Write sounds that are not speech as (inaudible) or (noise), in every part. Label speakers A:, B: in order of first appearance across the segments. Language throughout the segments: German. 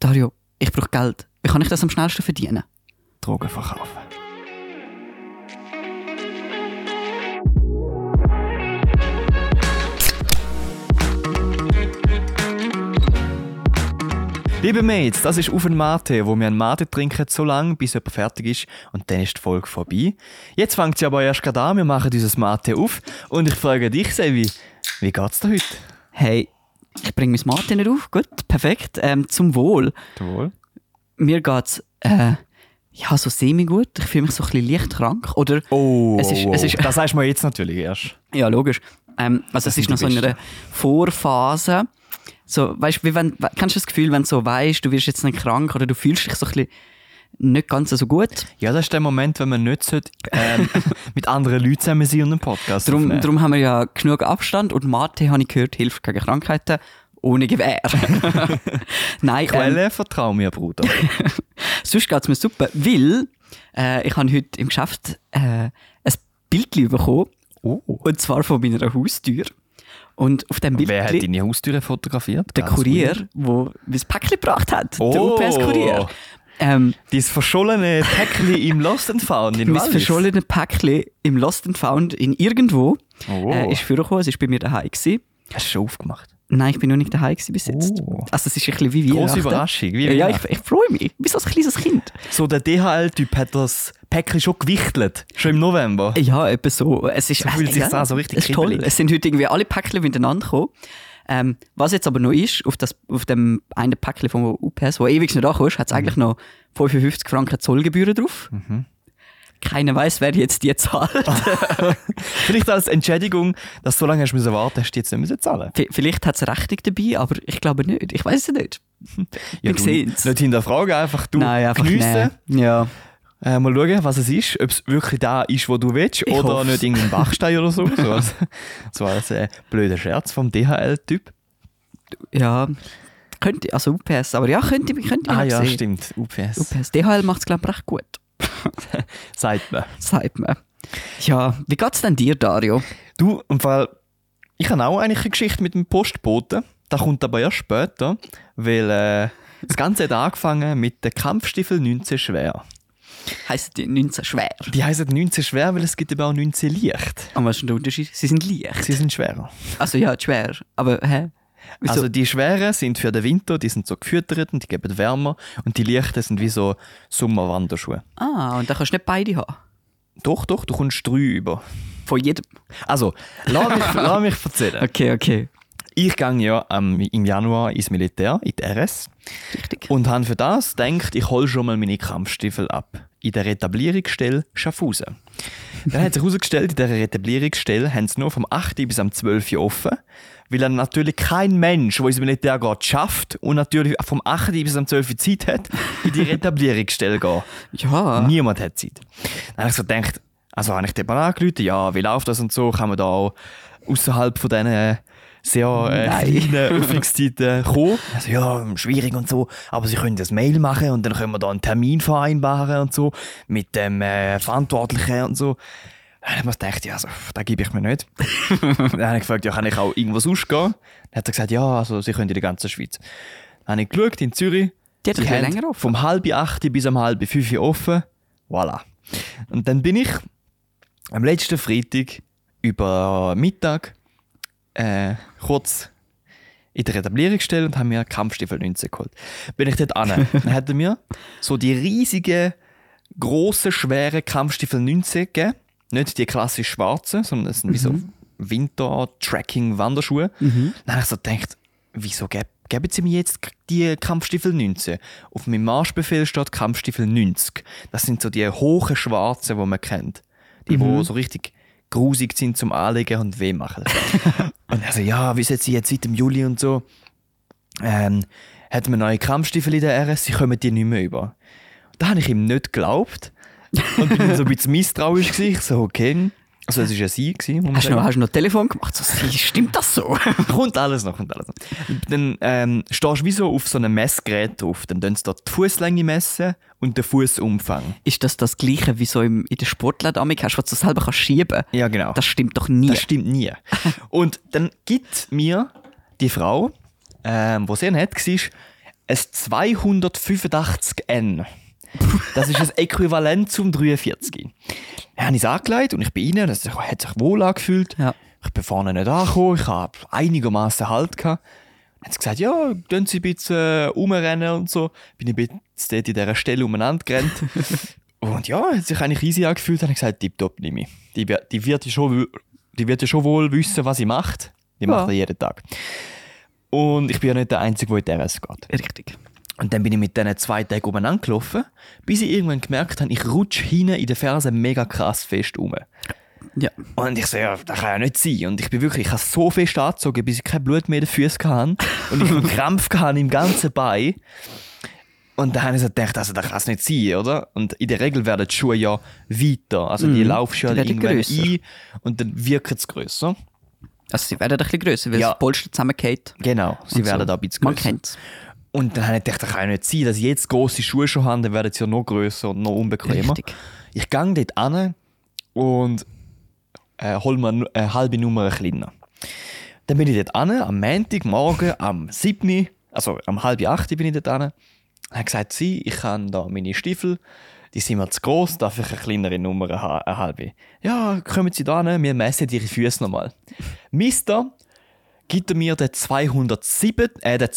A: Dario, ich brauche Geld. Wie kann ich das am schnellsten verdienen?
B: Drogen verkaufen. Liebe Mates, das ist auf ein Mate, wo wir einen Mate trinken, so lange, bis jemand fertig ist und dann ist die Folge vorbei. Jetzt fängt sie aber erst gerade an, wir machen dieses Mate auf und ich frage dich, Sevi, wie geht's dir heute?
A: Hey, ich bringe mein Mate nicht auf. Gut, perfekt. Ähm, zum Wohl.
B: Wohl.
A: Mir geht's äh, ja, so semi-gut. Ich fühle mich so ein bisschen leicht krank. Oder,
B: Oh,
A: Es ist-
B: oh,
A: es
B: oh.
A: ist-
B: das sagst du mir jetzt natürlich erst.
A: ja, logisch. Ähm, also, es
B: sind
A: ist noch
B: die
A: so in einer Vorphase. So, weißt du, wie wenn, we- kennst du das Gefühl, wenn du so weißt, du wirst jetzt nicht krank oder du fühlst dich so ein bisschen nicht ganz so gut?
B: Ja, das ist der Moment, wenn man nicht sollte, ähm, (laughs) mit anderen Leuten zusammen sein und einen Podcast
A: Darum,
B: aufnehmen.
A: darum haben wir ja genug Abstand und Mate, habe ich gehört, hilft gegen Krankheiten ohne Gewehr.
B: (laughs)
A: (laughs) Nein, ähm,
B: Quelle, vertrau
A: (laughs)
B: mir, Bruder.
A: sonst geht es mir super, weil äh, ich habe heute im Geschäft äh, ein Bild bekommen,
B: Oh.
A: und zwar von meiner Haustür. Und auf dem Bild
B: Wer hat deine Haustüre fotografiert?
A: der
B: Ganz weird.
A: Kurier, der mein Päckchen gebracht hat, der
B: Oh.
A: UPS-Kurier. Ähm,
B: Dein verschollene Päckchen
A: (laughs)
B: im Lost and Found in
A: mein
B: Wallis.
A: verschollenes Päckchen im Lost and Found in irgendwo
B: Oh.
A: äh, ist vorgekommen, es war bei mir daheim. Gewesen.
B: Hast du schon aufgemacht?
A: Nein, ich bin noch nicht daheim gewesen bis jetzt.
B: Oh.
A: Also es ist ein bisschen wie Weihnachten.
B: Große Überraschung, wie
A: ja, ich,
B: Weihnachten.
A: ich freue mich. Wie so ein kleines Kind.
B: So der DHL-Typ hat das Päckchen schon gewichtelt. Schon im November.
A: Ja, etwa so. Es ist,
B: So fühlt
A: es,
B: sich's
A: ja,
B: an, so richtig
A: es ist toll.
B: kribbelig.
A: Es sind heute irgendwie alle Päckchen miteinander gekommen. Ähm, was jetzt aber noch ist, auf, das, auf dem einen Päckchen vom UPS, wo ewig nicht ankommst,
B: Mhm.
A: hat es eigentlich noch 55 Franken Zollgebühren drauf. Keiner weiß, wer jetzt die zahlt.
B: Ah. Vielleicht als Entschädigung, dass du so lange hast müssen warten, hast du jetzt nicht müssen zahlen.
A: V- Vielleicht hat es Rechnung dabei, aber ich glaube nicht. Ich weiß es nicht. Wir
B: du,
A: sehen's.
B: Nicht hinterfragen, einfach du
A: Nein, einfach
B: geniessen.
A: nehmen. Ja.
B: Äh, mal schauen, was es ist, ob es wirklich da ist, wo du willst,
A: Ich
B: oder
A: hoff's.
B: nicht irgendein Bachstein oder so. so als, (laughs) so als äh, blöder Scherz vom DHL-Typ.
A: Ja. Könnte, also UPS, aber ja, könnte, könnte ich
B: Ah
A: noch
B: ja,
A: sehen.
B: stimmt. UPS.
A: UPS. DHL macht es, glaube ich, recht gut.
B: Sagt man.
A: sagt man. Ja, wie geht's denn dir, Dario?
B: Du, im Fall, ich habe auch eigentlich eine Geschichte mit dem Postboten. Das kommt aber erst später, weil äh, das Ganze hat angefangen mit den Kampfstiefel 19 schwer.
A: Heißt die 19 schwer?
B: Die heißen 19 schwer, weil es gibt eben auch 19 leicht.
A: Und was ist denn der Unterschied? Sie sind leicht.
B: Sie sind schwerer.
A: Also ja, schwer. Aber hä? Wieso?
B: Also die schweren sind für den Winter, die sind so gefüttert und die geben wärmer und die leichten sind wie so Sommerwanderschuhe.
A: ah, und da kannst du nicht beide haben.
B: Doch, doch, du kommst drei über.
A: Von jedem.
B: Also, lass mich, lass mich erzählen.
A: Okay, okay.
B: Ich gehe ja ähm, im Januar ins Militär, in die RS.
A: Richtig.
B: Und habe für das gedacht, ich hole schon mal meine Kampfstiefel ab. In der Retablierungsstelle Schaffhausen. Dann hat sich herausgestellt, in dieser Retablierungsstelle haben sie nur vom 8. bis am 12. offen, weil dann natürlich kein Mensch, der ins Militär geht, schafft und natürlich vom 8. bis am 12. Zeit hat, in die Retablierungsstelle gehen.
A: Ja.
B: Niemand hat Zeit. Dann habe ich so gedacht, also habe ich dem mal angerufen, ja, wie läuft das und so, kann man da auch außerhalb von diesen sehr äh,
A: Nein.
B: kleinen Öffnungszeiten kommen. Also ja, schwierig und so, aber sie können das Mail machen und dann können wir da einen Termin vereinbaren und so mit dem äh, Verantwortlichen und so. Dann habe ich mir gedacht, ja, also, da gebe ich mir nicht. dann habe ich gefragt, ja, kann ich auch irgendwo sonst gehen? Dann hat er gesagt, ja, also sie können in der ganzen Schweiz. Dann habe ich geschaut, in Zürich.
A: Die hat ein bisschen
B: haben
A: länger offen.
B: Vom halb acht bis am halb fünf offen. Voilà. Und dann bin ich am letzten Freitag über Mittag äh, kurz in der Etablierungsstelle und haben mir Kampfstiefel 19 geholt. Bin ich dort
A: (laughs)
B: an, dann hat er mir so die riesige, große, schwere Kampfstiefel 19 gegeben. Nicht die klassisch schwarzen, sondern es sind wie so Winter-Tracking-Wanderschuhe. Dann habe ich so gedacht, wieso geb, geben sie mir jetzt die Kampfstiefel 19? Auf meinem Marschbefehl steht Kampfstiefel 90. Das sind so die hohen schwarzen, die man kennt. Die, wo so richtig grusig sind zum Anlegen und weh machen. und also ja, wie sind sie jetzt seit dem Juli und so? ähm, hat man neue Kampfstiefel in der RS, sie kommen die nicht mehr über. Da habe ich ihm nicht geglaubt und bin dann so ein bisschen misstrauisch gewesen. Ich so, okay. Also es war ja sie, gewesen, muss man
A: Hast du,
B: sagen.
A: noch, hast du noch Telefon gemacht? So, sie- stimmt das so?
B: Kommt alles noch, kommt alles noch. Dann ähm, stehst du wie so auf so einem Messgerät drauf. Dann tun sie dort die Fußlänge messen und den Fußumfang.
A: (laughs) Ist das das Gleiche wie so im, in der Sportladen hast, was du selber kannst schieben?
B: Ja, genau.
A: Das stimmt doch nie.
B: Das
A: (laughs)
B: stimmt nie. Und dann gibt mir die Frau, ähm, die sehr nett war, ein 285N.
A: (laughs)
B: Das ist das Äquivalent zum 43. Dann habe ich es angelegt und ich bin rein und es hat sich wohl angefühlt.
A: Ja.
B: Ich bin vorne nicht angekommen, ich habe einigermaßen Halt gehabt. Dann haben sie gesagt, ja, gehen Sie ein bisschen äh, rumrennen und so. Bin ich ein bisschen dort in dieser Stelle
A: (laughs)
B: umeinander gerannt. und ja, hat sich eigentlich easy angefühlt. Dann habe ich gesagt, tipptopp, nehme ich. Die, wi- die, wird ja schon, wi- die wird ja schon wohl wissen, was sie macht. Die macht das jeden Tag. Und ich bin ja nicht der Einzige, der in die RS geht.
A: Richtig.
B: Und dann bin ich mit diesen zwei Tagen umeinander gelaufen, bis ich irgendwann gemerkt habe, ich rutsche hinten in den Fersen mega krass fest um.
A: Ja.
B: Und ich so, ja, das kann ja nicht sein. Und ich bin wirklich, ich habe so fest angezogen, bis ich kein Blut mehr in den Füßen hatte. Und ich (laughs) einen Krampf hatte im ganzen Bein. Und dann habe ich so gedacht, also das kann es nicht sein, oder? Und in der Regel werden die Schuhe ja weiter. Also die laufst du ja
A: die werden
B: irgendwann
A: grösser.
B: ein und dann wirken sie grösser.
A: Also sie werden ein bisschen grösser, weil
B: Ja.
A: das Polster zusammengeht.
B: Genau, sie
A: Und so.
B: werden da ein bisschen
A: Man
B: grösser.
A: kennt es.
B: Und dann habe ich gedacht, das kann ja nicht sein, dass ich jetzt grosse Schuhe schon habe, dann werden sie ja noch grösser und noch unbequemer.
A: Richtig.
B: Ich gehe dort an und äh, hole mir nu- eine halbe Nummer kleiner. Dann bin ich dort an, am Montagmorgen, am 7., also am halb 8 bin ich dort an. Ich habe gesagt, sie, ich habe da meine Stiefel, die sind mir zu gross, darf ich eine kleinere Nummer haben, eine halbe. Ja, kommen Sie da hin, wir messen Ihre Füße nochmal. Mister, gibt er mir den 207, äh, den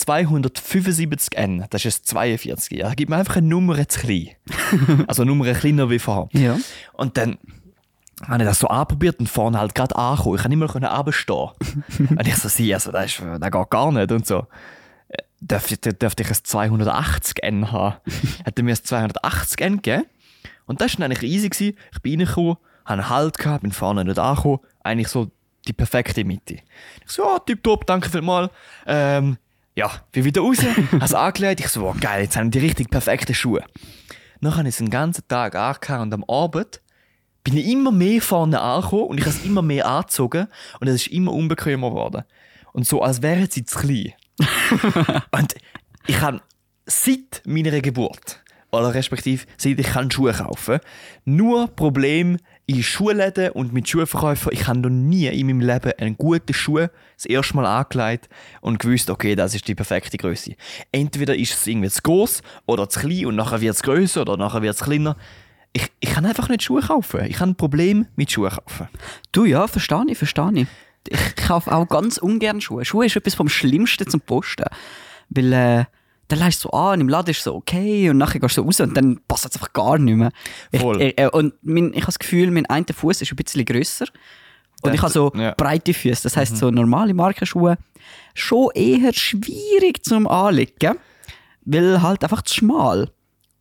B: 275N, das ist ein 42, er gibt mir einfach eine Nummer zu klein. also eine Nummer kleiner wie vorher.
A: Ja.
B: Und dann habe ich das so anprobiert und vorne halt gerade angekommen. Ich kann nicht mehr können runterstehen. und ich so, sie, also das, ist, das geht gar nicht und so. Äh, Dürfte, dür- dürfte ich ein 280N haben? Hat er mir ein 280N gegeben? Und das war eigentlich easy. Gewesen. Ich bin reingekommen, habe einen Halt gehabt, bin vorne nicht angekommen. Eigentlich so die perfekte Mitte. Ich so, ja, tipptopp, danke vielmals. Ähm, ja, bin wieder raus, (laughs) habe es angelegt. Ich so, wow, geil, jetzt haben die richtig perfekten Schuhe. Dann habe ich es den ganzen Tag angehabt und am Abend bin ich immer mehr vorne angekommen und ich habe es immer mehr angezogen und es ist immer unbequemer geworden. Und so, als wären sie zu klein. und ich habe seit meiner Geburt, oder respektive seit ich kann Schuhe kaufen nur Problem in Schuhläden und mit Schuhverkäufern. Ich habe noch nie in meinem Leben einen guten Schuh das erste Mal angelegt und gewusst, okay, das ist die perfekte Größe. Entweder ist es irgendwie zu groß oder zu klein und nachher wird es größer oder nachher wird es kleiner. Ich, ich kann einfach nicht Schuhe kaufen. Ich habe ein Problem mit Schuhe kaufen.
A: Du, ja, verstehe ich, verstehe ich. Ich kaufe auch ganz ungern Schuhe. Schuhe ist etwas vom Schlimmsten zum Posten. Weil, äh, dann leist du so an, im Laden ist so okay und nachher gehst du so raus und dann passt es einfach gar nicht mehr. Ich,
B: Voll.
A: äh, und mein, ich habe das Gefühl, mein einer Fuß ist ein bisschen grösser. Und ich habe so
B: ja. Mhm.
A: breite Füße. Das heisst, so normale Markenschuhe schon eher schwierig zum Anlegen, weil halt einfach zu schmal.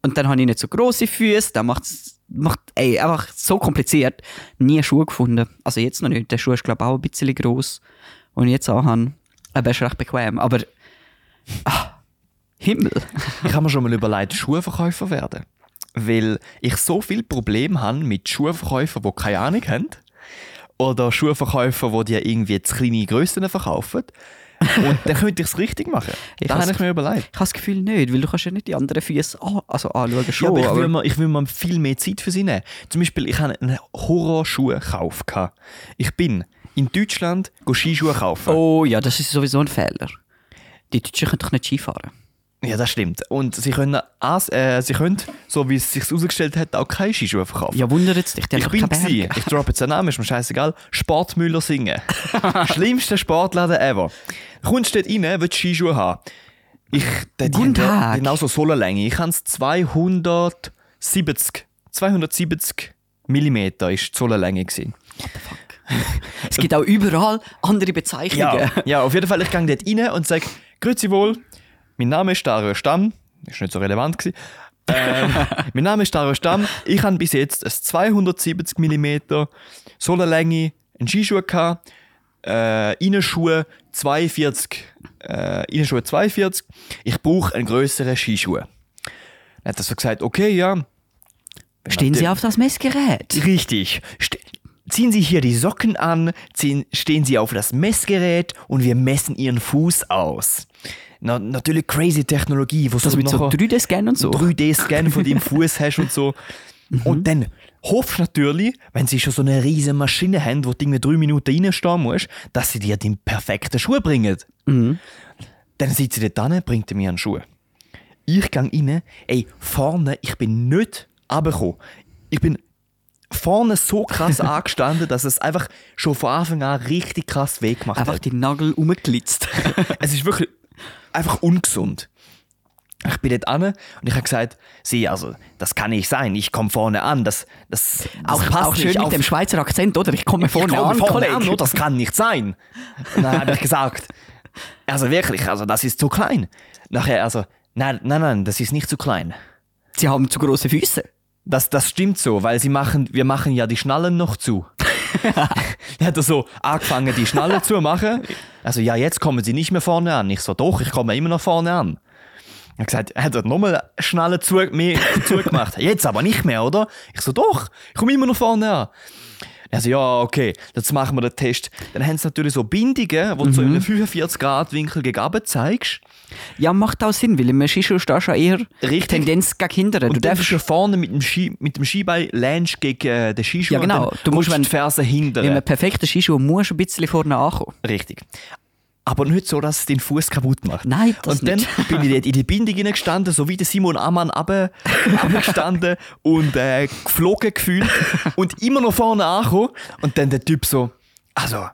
A: Und dann habe ich nicht so grosse Füße, dann macht's, macht ey, einfach so kompliziert. Nie Schuhe gefunden. Also jetzt noch nicht. Der Schuh ist, glaube ich, auch ein bisschen gross. Und jetzt auch haben. Aber er ist recht bequem. Aber. Ah, Himmel.
B: Ich habe mir schon mal überlegt, Schuhverkäufer werden. Weil ich so viel Probleme habe mit Schuhverkäufern, die keine Ahnung haben. Oder Schuhverkäufer, die dir irgendwie zu kleine Grössen verkaufen. Und dann könnte ich es richtig machen.
A: Ich
B: da
A: has-
B: habe ich mir überlegt.
A: Ich habe das Gefühl nicht, weil du kannst ja nicht die anderen Füße an, also anschauen.
B: Ja,
A: Schon,
B: aber ich will,
A: aber-
B: mir, ich will mir viel mehr Zeit für sie nehmen. Zum Beispiel, ich habe einen Horrorschuhkauf. gehabt. Ich bin in Deutschland go Skischuhe kaufen.
A: oh ja, das ist sowieso ein Fehler. Die Deutschen können doch nicht Skifahren.
B: Ja, das stimmt. Und sie können, as- äh, sie können so wie es sich herausgestellt hat, auch keine Skischuhe verkaufen.
A: Ja, wundert es dich. Die haben
B: Ich
A: doch
B: bin
A: keine
B: gsi.
A: Berge.
B: Ich droppe jetzt den Namen, ist mir scheißegal. Sportmüller singen. Schlimmster Sportladen ever. Kommst dort rein, willst Skischuhe haben. Ich, die, die,
A: Guten
B: die,
A: Tag.
B: Genau so Sohlenlänge. Ich habe es 270, 270 Millimeter ist die Sohlenlänge gewesen.
A: Es gibt auch überall andere Bezeichnungen.
B: Ja, ja, auf jeden Fall, ich gehe dort rein und sage, grüezi wohl, mein Name ist Dario Stamm, ist nicht so relevant gewesen.
A: (laughs)
B: ähm, mein Name ist Dario Stamm, ich habe bis jetzt ein 270 mm Sohlenlänge, einen Skischuh gehabt, äh, Innenschuhe 42, äh, Innenschuhe 42, ich brauche einen größeren Skischuh. Dann hat er so gesagt, okay, ja,
A: Stehen Sie auf das Messgerät.
B: Richtig. St ziehen Sie hier die Socken an, ziehen, stehen Sie auf das Messgerät und wir messen Ihren Fuß aus. Na, natürlich crazy Technologie, wo
A: Das mit so 3D-Scan (laughs) und so.
B: 3D-Scan von deinem Fuß hast und so. Und dann hoffst du natürlich, wenn sie schon so eine riesige Maschine haben, wo du irgendwie drei Minuten reinstehen musst, dass sie dir den perfekten Schuh bringen. Dann sitzt sie dort hin, bringt er mir einen Schuh. Ich gang rein, ey, vorne, ich bin nicht runtergekommen. Ich bin vorne so krass angestanden, dass es einfach schon von Anfang an richtig krass weh gemacht
A: Einfach
B: hat.
A: die Nagel
B: (laughs)
A: rumgeglitzt.
B: Es ist wirklich einfach ungesund. Ich bin dort an und ich habe gesagt, sie, also, das kann nicht sein, ich komme vorne an, das, das, das
A: auch,
B: passt
A: auch schön
B: nicht
A: mit
B: auf
A: dem Schweizer Akzent, oder? Ich komme vorne
B: ich komme
A: an,
B: vorne
A: Kollege.
B: an, oder? das kann nicht sein. Und dann habe ich gesagt, (laughs) also wirklich, also das ist zu klein. Nachher, also, nein, nein, nein, das ist nicht zu klein.
A: Sie haben zu große Füße.
B: Das, das stimmt so, weil sie machen, wir machen ja die Schnallen noch zu. Dann hat er so angefangen, die Schnallen zu machen. Also, ja, jetzt kommen sie nicht mehr vorne an. Ich so, doch, ich komme immer noch vorne an. Er hat gesagt, er hat er nochmal Schnallen zu, mehr (laughs) zugemacht. Jetzt aber nicht mehr, oder? Ich so, doch, ich komme immer noch vorne an. Also ja, okay, jetzt machen wir den Test. Dann haben sie natürlich so Bindungen, wo du so in einem 45-Grad-Winkel gegen runter zeigst.
A: Ja, macht auch Sinn, weil im Shishu stehst du ja eher
B: Richtig.
A: Tendenz gegen hinten. Du
B: Und dann
A: darfst
B: bist du vorne mit dem, Ski, mit dem Skibein lernst gegen äh, den Skischuh
A: Ja, genau.
B: und dann
A: Du musst,
B: rutscht
A: wenn-
B: die Ferse
A: in
B: hindern.
A: einem perfekten Shishu musst du ein bisschen vorne ankommen.
B: Richtig. Aber nicht so, dass es deinen Fuß kaputt macht.
A: Nein, das
B: Und dann
A: nicht.
B: bin ich dort in die Bindung hineingestanden, so wie der Simon Ammann abgestanden (laughs) und äh, geflogen gefühlt und immer noch vorne angekommen. Und dann der Typ so, also,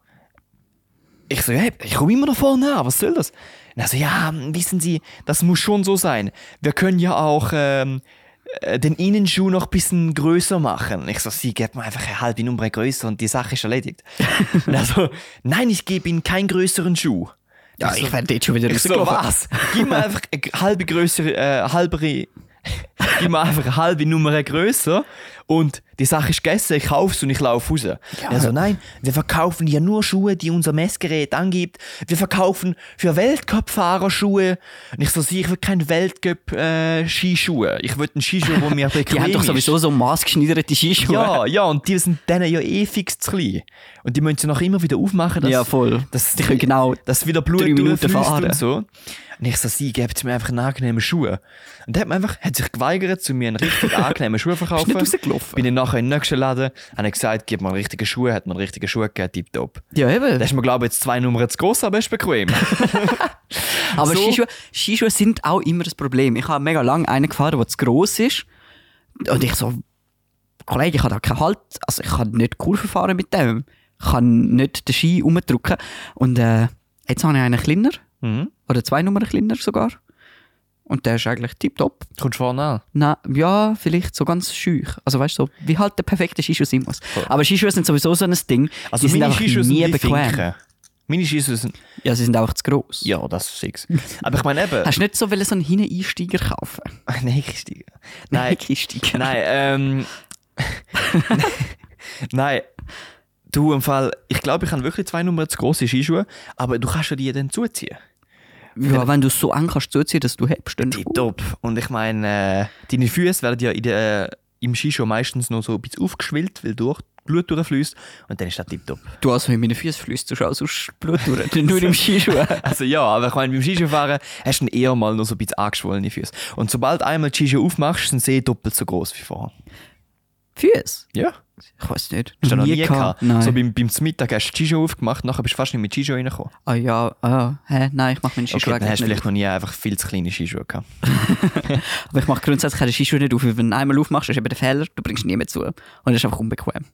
B: ich so, hey, ich komme immer noch vorne an, was soll das? Und er so, ja, wissen Sie, das muss schon so sein. Wir können ja auch ähm, äh, den Innenschuh noch ein bisschen größer machen. Und ich so, Sie geben mir einfach eine halbe Nummer größer und die Sache ist erledigt. (laughs) und er so, nein, ich gebe Ihnen keinen größeren Schuh.
A: Ja, Also, ich werde jetzt schon wieder
B: Ich so, was? Gib mir einfach eine g- halbe größere, äh, halbere, (laughs) gib mir einfach eine halbe Nummer größer und die Sache ist gegessen, ich kauf's und ich laufe raus. Also nein, wir verkaufen ja nur Schuhe, die unser Messgerät angibt. Wir verkaufen für Weltcup-Fahrer Schuhe. Und ich so, sie, ich will keine Weltcup-Skischuhe. ich will einen Skischuh, wo mir
A: (laughs)
B: bequem
A: Die haben doch
B: ist.
A: sowieso so maßgeschneiderte Skischuhe.
B: Ja, ja, und die sind denen ja eh fix zu klein. Und die müssen sie noch immer wieder aufmachen, dass,
A: Ja, voll.
B: dass,
A: Die können genau
B: dass wieder Blut
A: drei Minuten
B: durchfließt
A: fahren.
B: und so. Und ich so, sie gebt mir einfach einen angenehmen Schuh. Und der hat, mir einfach, hat sich geweigert, zu mir
A: (laughs)
B: einen richtig angenehmen Schuh zu
A: (laughs)
B: verkaufen.
A: Ist nicht rausgelaufen.
B: Bin ich nachher in den nächsten Laden, habe ich gesagt, gib mir einen richtigen Schuh, hat mir einen richtigen Schuh gegeben, tipptopp.
A: Ja, eben.
B: Da ist mir, glaube ich, jetzt zwei Nummern zu gross, aber ist bequem.
A: (laughs) Aber
B: so-
A: Skischuhe, Skischuhe sind auch immer das Problem. Ich habe mega lange einen gefahren, der zu gross ist. Und ich so, Kollege, ich habe da keinen Halt. Also ich kann nicht Kurve fahren mit dem. Ich kann nicht den Ski umdrücken. Und äh, jetzt habe ich einen kleiner.
B: mhm.
A: Oder zwei Nummern kleiner sogar. Und der ist eigentlich tipptopp.
B: Kommst vorne an.
A: Nein, ja, vielleicht so ganz schüch. Also weißt du, so, wie halt der perfekte Skischuh sein muss. Aber Skischuhe sind sowieso so ein Ding.
B: Also
A: die sind
B: meine
A: einfach
B: Skischuhe sind
A: nie
B: wie
A: bequem.
B: Finken. Meine Skischuhe sind...
A: Ja, sie sind einfach zu gross.
B: Ja, das ist fix. Aber ich meine
A: (laughs)
B: eben...
A: Hast du nicht so wollen, so einen Hineinsteiger kaufen?
B: (laughs) Nein, Christi.
A: (laughs)
B: Nein,
A: Hineinsteiger.
B: Nein, ähm. (laughs) Nein. Du, im Fall, ich glaube, ich habe wirklich zwei Nummern zu grosse Skischuhe, aber du kannst ja die dann zuziehen.
A: Ja, wenn du es so eng kannst zuziehen, dass du hebst, dann
B: Die top. Und ich meine, äh, deine Füße werden ja in der, äh, im Skischuh meistens noch so ein bisschen aufgeschwillt, weil durch, Blut durchfließt und dann ist das (laughs) tipptopp.
A: du also in meinen Füßen fließt, du schaust aus Blut
B: (laughs)
A: durch, nicht nur im Skischuh.
B: Also ja, aber ich meine, beim Skischuhfahren hast du dann eher mal noch so ein bisschen angeschwollene Füße. Und sobald einmal die Skischuhe aufmachst, sind sie doppelt so groß wie vorher.
A: Füße?
B: Ja.
A: Ich weiß nicht.
B: Hast du noch nie gehabt?
A: Nein.
B: So beim, beim Mittag hast du die Skischuhe aufgemacht, nachher bist du fast nicht mit Skischuhe reingekommen.
A: ah ja, ah, hä? nein, ich mache meine
B: Okay,
A: Skischuhe
B: dann hast du
A: eigentlich nicht.
B: vielleicht noch nie einfach viel zu kleine Skischuhe gehabt.
A: auf. Aber ich mache grundsätzlich keine Skischuhe nicht auf. weil Wenn du einmal aufmachst, ist eben der Fehler, du bringst niemanden zu. Und das ist einfach unbequem.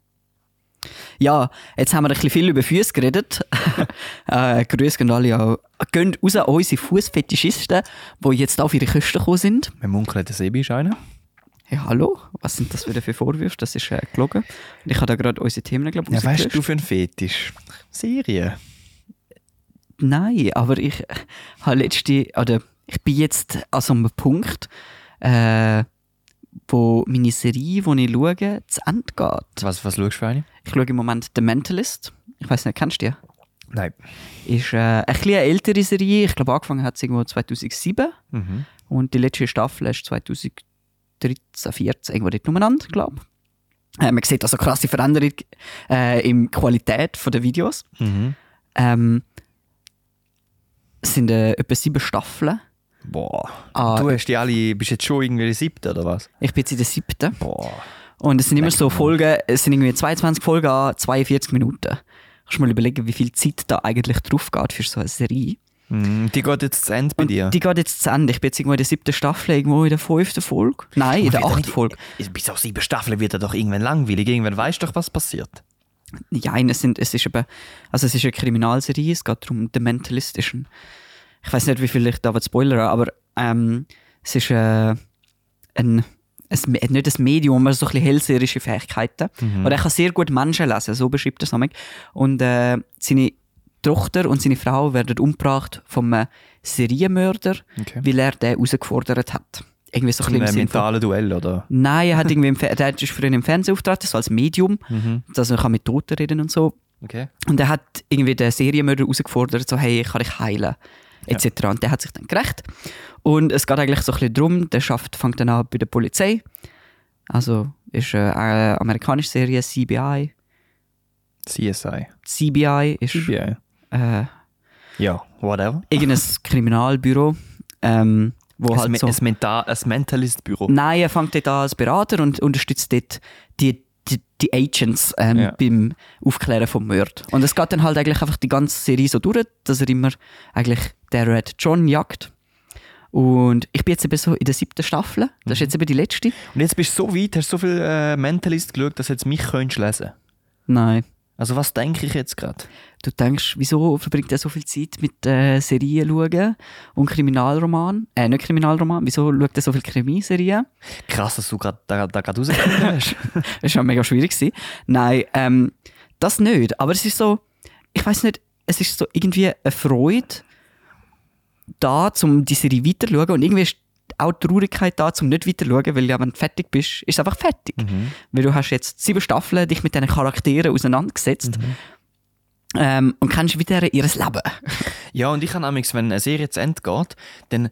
A: Ja, jetzt haben wir ein bisschen viel über Füße geredet. (laughs) äh, Grüße gehen alle auch. Gehen raus an unsere Fußfetischisten, die jetzt auf ihre Kosten gekommen sind.
B: Mein Munkel hat Sebi ist einer.
A: Hey, hallo, was sind das wieder für Vorwürfe? Das ist äh, gelogen. Und ich habe da gerade unsere Themen, glaube ich,
B: Ja, weißt du
A: rausgelöscht.
B: für einen Fetisch? Serie.
A: Nein, aber ich äh, habe letzte, oder ich bin jetzt an so einem Punkt, äh, wo meine Serie, die ich schaue, zu Ende geht.
B: Was, was schaust du für eine?
A: Ich schaue im Moment The Mentalist. Ich weiß nicht, kennst du die?
B: Nein.
A: Ist äh, ein bisschen eine ältere Serie. Ich glaube, angefangen hat es irgendwo 2007.
B: Mhm.
A: Und die letzte Staffel ist 2013, 14 irgendwo dort umeinander, glaube äh, Man sieht also krasse Veränderung äh, in der Qualität der Videos.
B: Mhm.
A: Ähm, es sind äh, etwa sieben Staffeln.
B: Boah.
A: Ah,
B: du hast die alle, bist jetzt schon irgendwie der siebte oder was?
A: Ich bin jetzt in der siebten.
B: Boah.
A: Und es sind immer so Folgen, es sind irgendwie 22 Folgen an 42 Minuten. Kannst du mal überlegen, wie viel Zeit da eigentlich drauf geht für so eine Serie.
B: Mhm, Die geht jetzt zu Ende bei
A: Und
B: dir.
A: die geht jetzt zu Ende. Ich bin jetzt irgendwo in der siebten Staffel, irgendwo in der fünften Folge. Nein, in der
B: Wird doch
A: achten
B: nicht-
A: Folge.
B: Bis auf sieben Staffeln wird er doch irgendwann langweilig. Irgendwann weißt du doch, was passiert.
A: Ja, nein, es, sind, es, ist eben, also es ist eine Kriminalserie, es geht darum, The Mentalist ist ein, ich weiß nicht, wie viel ich da spoilern will, aber ähm, es ist äh, ein, ein, Me- nicht ein Medium, aber so ein bisschen hellseherische Fähigkeiten. Und er kann sehr gut Menschen lesen, so beschreibt er es manchmal. Und äh, seine Tochter und seine Frau werden umgebracht vom äh, Serienmörder,
B: Okay.
A: weil er den herausgefordert hat. Irgendwie so ein bisschen
B: Ein
A: im Sinn von-
B: mentales Duell, oder?
A: Nein, er hat irgendwie im, Fer- der ist für ihn im Fernsehen auftreten, so als Medium,
B: Mhm.
A: dass er kann mit Toten reden und so.
B: Okay.
A: Und er hat irgendwie den Serienmörder herausgefordert, so, hey, ich kann dich heilen, etc. Und der hat sich dann gerecht. Und es geht eigentlich so ein bisschen darum, der schafft, fängt dann an bei der Polizei. Also ist äh, eine amerikanische Serie, CBI.
B: CSI.
A: CBI ist
B: CBI.
A: äh,
B: Ja, whatever.
A: irgendein Kriminalbüro, ähm, wo
B: Ein,
A: halt
B: Me-
A: so...
B: Also ein, Mental, ein Mentalist-Büro.
A: Nein, er fängt dort an als Berater und unterstützt dort die, die, die Agents ähm,
B: Ja.
A: beim Aufklären vom Mord. Und es geht dann halt eigentlich einfach die ganze Serie so durch, dass er immer eigentlich der Red John jagt. Und ich bin jetzt eben so in der siebten Staffel, das ist jetzt eben die letzte.
B: Und jetzt bist du so weit, hast so viel äh, Mentalist geschaut, dass du jetzt mich könntest lesen
A: Nein.
B: Also was denke ich jetzt gerade?
A: Du denkst, wieso verbringt er so viel Zeit mit äh, Serien schauen und Kriminalroman? Äh, nicht Kriminalroman, wieso schaut er so viel Krimiserien?
B: Krass, dass du gerade da, da
A: (laughs)
B: grad rausgekommen hast.
A: Das war ja mega schwierig. Gewesen. Nein, ähm, das nicht. Aber es ist so, ich weiß nicht, es ist so irgendwie eine Freude da, um die Serie weiterzuschauen. Und irgendwie ist auch die Traurigkeit da, um nicht weiterzuschauen, weil ja, wenn du fertig bist, ist es einfach fertig.
B: Mhm.
A: Weil du hast jetzt sieben Staffeln dich mit diesen Charakteren auseinandergesetzt
B: Mhm.
A: ähm, und kennst wieder ihr Leben.
B: ja, und ich kann amigs, wenn eine Serie zu Ende geht, dann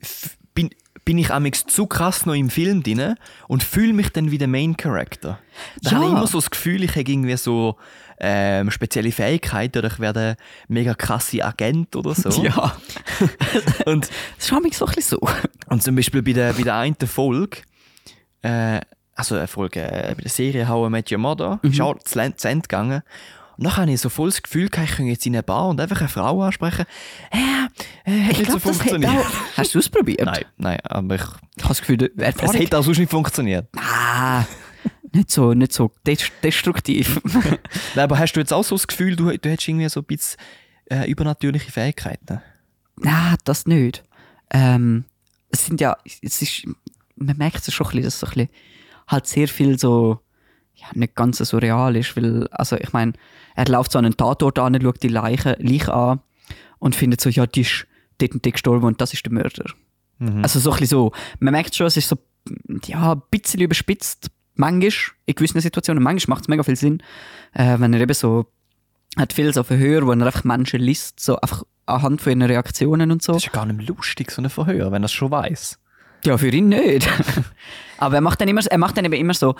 B: f- bin, bin ich amigs zu krass noch im Film drin und fühle mich dann wie der Main Character. Da
A: Ja.
B: habe ich immer so das Gefühl, ich habe irgendwie so ähm, spezielle Fähigkeiten oder ich werde mega krasse Agent oder so.
A: (laughs) Ja,
B: Und
A: das ist manchmal so ein bisschen so.
B: Und zum Beispiel bei der, bei der einen Folge, äh, also eine Folge äh, bei der Serie How I Met Your Mother,
A: Mhm.
B: ist auch zu Ende zu Ende gegangen. Und dann hatte ich so voll das Gefühl, gehabt, ich könnte jetzt in eine Bar und einfach eine Frau ansprechen. Äh, äh, hat
A: Ich
B: nicht so
A: glaube, das hätte
B: funktioniert.
A: auch... Hast du es probiert?
B: Nein, nein, aber ich,
A: Ich habe das Gefühl, die
B: es
A: Erfahrung
B: hätte auch sonst nicht funktioniert.
A: Ah, nicht so, nicht so dest destruktiv. (laughs)
B: Nein, aber hast du jetzt auch so das Gefühl, du, du hättest irgendwie so ein bisschen äh, übernatürliche Fähigkeiten?
A: Nein, das nicht. Ähm, es sind ja, es ist, man merkt es schon ein bisschen, dass so ein bisschen halt sehr viel so, ja, nicht ganz so real ist, weil, also ich meine, er läuft so an einen Tatort an, schaut die Leiche, Leiche an und findet so, ja, die ist dort und dort gestorben und das ist der Mörder. Also so ein bisschen so, man merkt schon, es ist so, ja, ein bisschen überspitzt, manchmal, in gewissen Situationen, manchmal macht es mega viel Sinn, äh, wenn er eben so, hat viel so Verhör, wo er einfach Menschen liest, so einfach anhand von ihren Reaktionen und so.
B: Das ist ja gar nicht mehr lustig, so ein Verhör, wenn er es schon weiß.
A: Ja, für ihn nicht. (laughs) Aber er macht dann immer, er macht dann eben immer so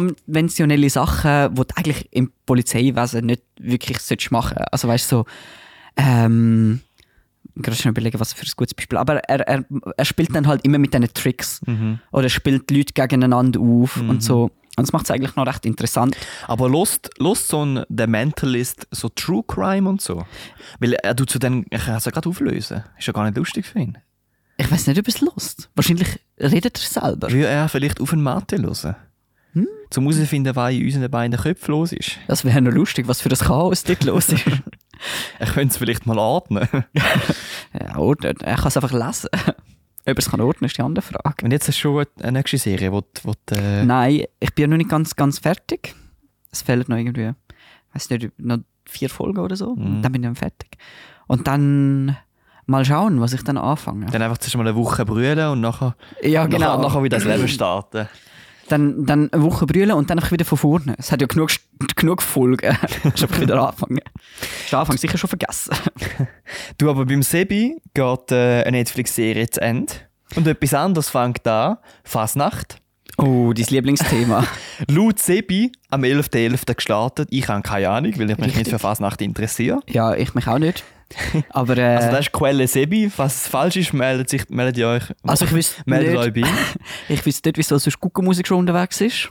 A: unkonventionelle Sachen, die du eigentlich im Polizeiwesen nicht wirklich solltest machen solltest. Also weißt du, so, ähm, ich gerade schon überlegen, was für ein gutes Beispiel. Aber er, er, er spielt dann halt immer mit diesen Tricks. Oder spielt Leute gegeneinander auf und so. Und das macht es eigentlich noch recht interessant.
B: Aber lost, lost so ein The Mentalist so True Crime und so? Weil er tut zu den, ich kann es ja gerade auflösen. Ist ja gar nicht lustig für ihn.
A: Ich weiß nicht, ob es lust. Wahrscheinlich redet er selber.
B: Würde er vielleicht auf den Mathe hören? Zum herausfinden, was in unseren beiden Köpfen los (laughs) ist.
A: Das wäre noch lustig, was für ein Chaos dort los ist.
B: (laughs)
A: (laughs)
B: Er könnte es vielleicht mal ordnen.
A: ja, ordnet. Er kann es einfach lesen. (laughs) ob er es kann ordnen, ist die andere Frage.
B: (laughs) Und jetzt hast du schon eine nächste Serie, wo, du- wo du, äh,
A: Nein, ich bin ja noch nicht ganz, ganz fertig. Es fehlen noch irgendwie, weiß nicht, noch vier Folgen oder so. Und Dann bin ich dann fertig. Und dann mal schauen, was ich dann anfange.
B: dann einfach zuerst mal eine Woche brüllen und nachher,
A: Ja, genau. Mhm.
B: nachher, nachher wieder das (laughs) Leben starten.
A: Dann, dann eine Woche brüllen und dann einfach wieder von vorne. Es hat ja genug, (laughs) genug Folgen. (laughs) ich habe wieder anfangen. Ich habe Anfang sicher schon vergessen.
B: Du, aber beim Sebi geht äh, eine Netflix-Serie zu Ende. Und etwas anderes fängt an. Fasnacht.
A: Oh, dein Lieblingsthema.
B: Laut Sebi am 11.11. gestartet. Ich habe keine Ahnung, weil ich mich nicht für Fasnacht interessiere.
A: (laughs) ja, ich mich auch nicht. Aber äh,
B: Also das ist Quelle Sebi. Falls es falsch ist, meldet, sich, meldet ihr euch.
A: Also ich wüsste
B: meldet
A: nicht.
B: euch bei.
A: (laughs) ich weiß nicht, wieso sonst Guckenmusik schon unterwegs ist.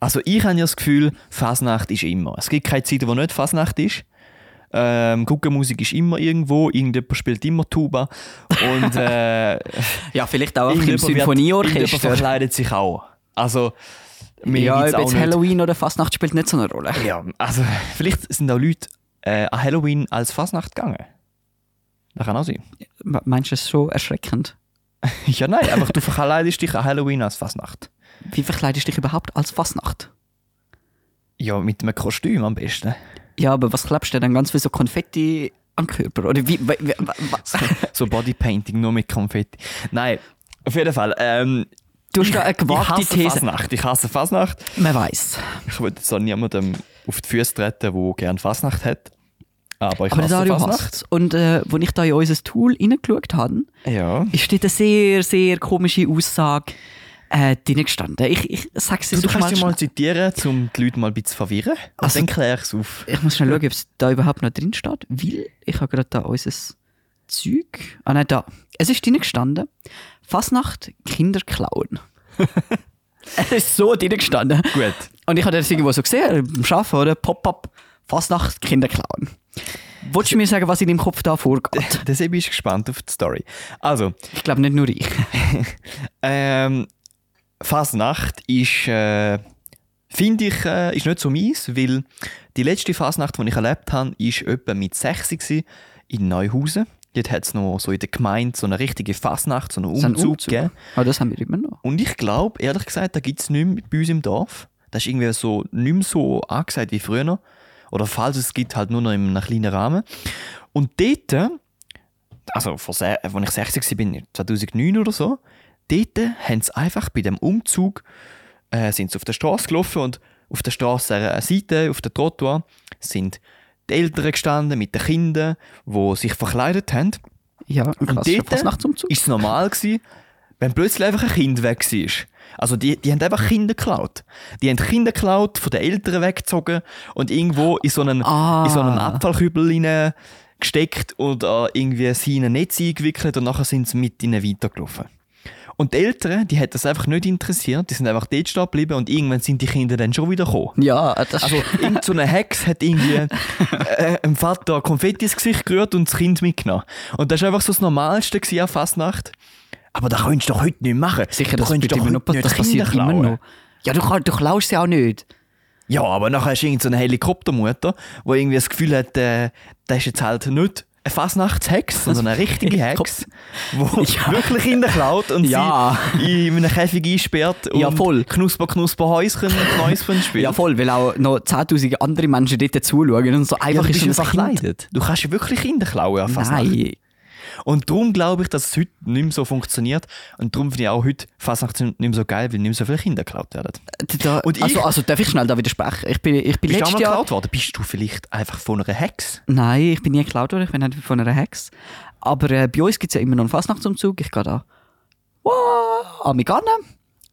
B: Also ich habe ja das Gefühl, Fasnacht ist immer. Es gibt keine Zeit, wo nicht Fasnacht ist. Ähm, Guggenmusik ist immer irgendwo, irgendjemand spielt immer Tuba.
A: (laughs)
B: Und äh,
A: Ja, vielleicht auch einfach im
B: irgendjemand wird- irgendjemand
A: Symphonieorchester.
B: verkleidet sich auch. Also, mir
A: Ja,
B: gibt's
A: ob
B: auch
A: jetzt
B: nicht-
A: Halloween oder Fastnacht spielt nicht so eine Rolle.
B: Ja, also vielleicht sind auch Leute äh, an Halloween als Fasnacht gegangen. Das kann auch sein. (laughs)
A: Me- Meinst du das so erschreckend?
B: ja, nein, einfach du verkleidest dich an Halloween als Fasnacht.
A: Wie verkleidest du dich überhaupt als Fastnacht?
B: Ja, mit einem Kostüm am besten. (laughs)
A: Ja, aber was klebst du denn? Ganz viel so Konfetti am Körper? Oder wie? wie, wie wa- wa-
B: So Bodypainting nur mit Konfetti. Nein, auf jeden Fall. Ähm,
A: du hast da eine gewagte
B: ich hasse
A: These.
B: Fasnacht. Ich hasse Fasnacht.
A: Man weiß.
B: Ich würde jetzt auch niemandem auf die Füße treten, der gerne Fasnacht hat. Aber ich
A: Aber der
B: hasse
A: Dario
B: Fasnacht.
A: hasst Und äh, als ich da in unser Tool reingeschaut habe,
B: Ja.
A: ist dort eine sehr, sehr komische Aussage äh, drin gestanden. Ich, ich sage es
B: Du,
A: jetzt
B: du
A: noch
B: kannst
A: mal
B: dich
A: schnell.
B: mal zitieren, um die Leute mal ein bisschen zu verwirren. Und
A: Also-
B: dann klär ich es auf.
A: Ich muss schnell schauen, ob es da überhaupt noch drin steht, weil ich habe gerade da unser Zeug. Ah nein, da. Es ist drin gestanden. Fasnacht Kinder klauen. (laughs) es ist so drin gestanden.
B: Gut.
A: Und ich habe das irgendwo so gesehen, im Schaffen, oder? Pop-up, Fasnacht Kinder klauen. Wolltest du mir sagen, was in deinem Kopf da vorgeht?
B: Das bin ich gespannt auf die Story. Also,
A: (laughs) Ich glaube nicht nur ich.
B: ähm, Fasnacht ist, äh, finde ich, äh, ist nicht so mies, weil die letzte Fasnacht, die ich erlebt habe, ist etwa mit 6 gewesen in Neuhausen. Dort hat es noch so in der Gemeinde so eine richtige Fasnacht, so einen
A: So ein
B: Umzug, gegeben.
A: Aber das haben wir immer noch.
B: Und ich glaube, ehrlich gesagt, da gibt es nicht mehr bei uns im Dorf. Das ist irgendwie so nicht mehr so angesagt wie früher. Oder falls es gibt, halt nur noch in einem kleinen Rahmen. Und dort, äh, also vor se- als ich 60 bin, 2009 oder so, dort haben sie einfach bei dem Umzug äh, sind sie auf der Straße gelaufen und auf der Straßenseite, auf der Trottoir, sind die Eltern gestanden mit den Kindern, die sich verkleidet haben
A: Ja, ein klassischer
B: dort-
A: Fasnachtsumzug.
B: (laughs) ist es normal gewesen, wenn plötzlich einfach ein Kind weg war. Also die, die haben einfach Kinder geklaut. Die haben Kinder geklaut, von den Eltern weggezogen und irgendwo in so einen,
A: Ah.
B: in so einen Abfallkübel hinein gesteckt und äh, irgendwie sie in ein Netz eingewickelt und nachher sind sie mit ihnen weitergelaufen. Und die Eltern, die hat das einfach nicht interessiert, die sind einfach dort stehen geblieben und irgendwann sind die Kinder dann schon wieder gekommen.
A: Ja, das
B: Also irgend so eine Hex hat irgendwie äh, einem Vater Konfetti ins Gesicht gerührt und das Kind mitgenommen. Und das war einfach so das Normalste gewesen an Fastnacht. Aber das könntest du doch heute nicht machen.
A: Sicher,
B: du
A: das, wird immer noch, das passiert immer noch. Ja, du, kann- du klaust sie auch nicht.
B: Ja, aber nachher hast du irgend so eine Helikoptermutter, die irgendwie das Gefühl hat, äh, das ist jetzt halt nicht eine Fastnachtshex, sondern
A: (laughs)
B: eine richtige Hex, die wirklich Kinder klaut und
A: Ja.
B: sie in einem Käfig einsperrt und
A: Ja, voll.
B: knusper knusper Häuschen und Häuschen spielt.
A: Ja, voll, weil auch noch 10.000 andere Menschen dort zuschauen und so
B: Ja,
A: einfach
B: du
A: ist
B: bist
A: schon
B: ja
A: das Kind.
B: verkleidet. Du kannst ja wirklich Kinder klauen an Fasnacht.
A: Nein.
B: Und darum glaube ich, dass es heute nicht mehr so funktioniert. Und darum finde ich auch heute Fasnacht nicht mehr so geil, weil nicht mehr so viele Kinder geklaut werden.
A: Da,
B: Und ich-
A: also, also darf ich schnell da widersprechen? Ich bin, ich bin
B: Bist du auch
A: letztes
B: mal
A: Jahr...
B: geklaut worden? Bist du vielleicht einfach von einer Hex?
A: Nein, ich bin nie geklaut worden, ich bin nicht von einer Hex. Aber äh, bei uns gibt es ja immer noch einen Fasnachtsumzug. Ich gehe da... Wow, an mich gehen.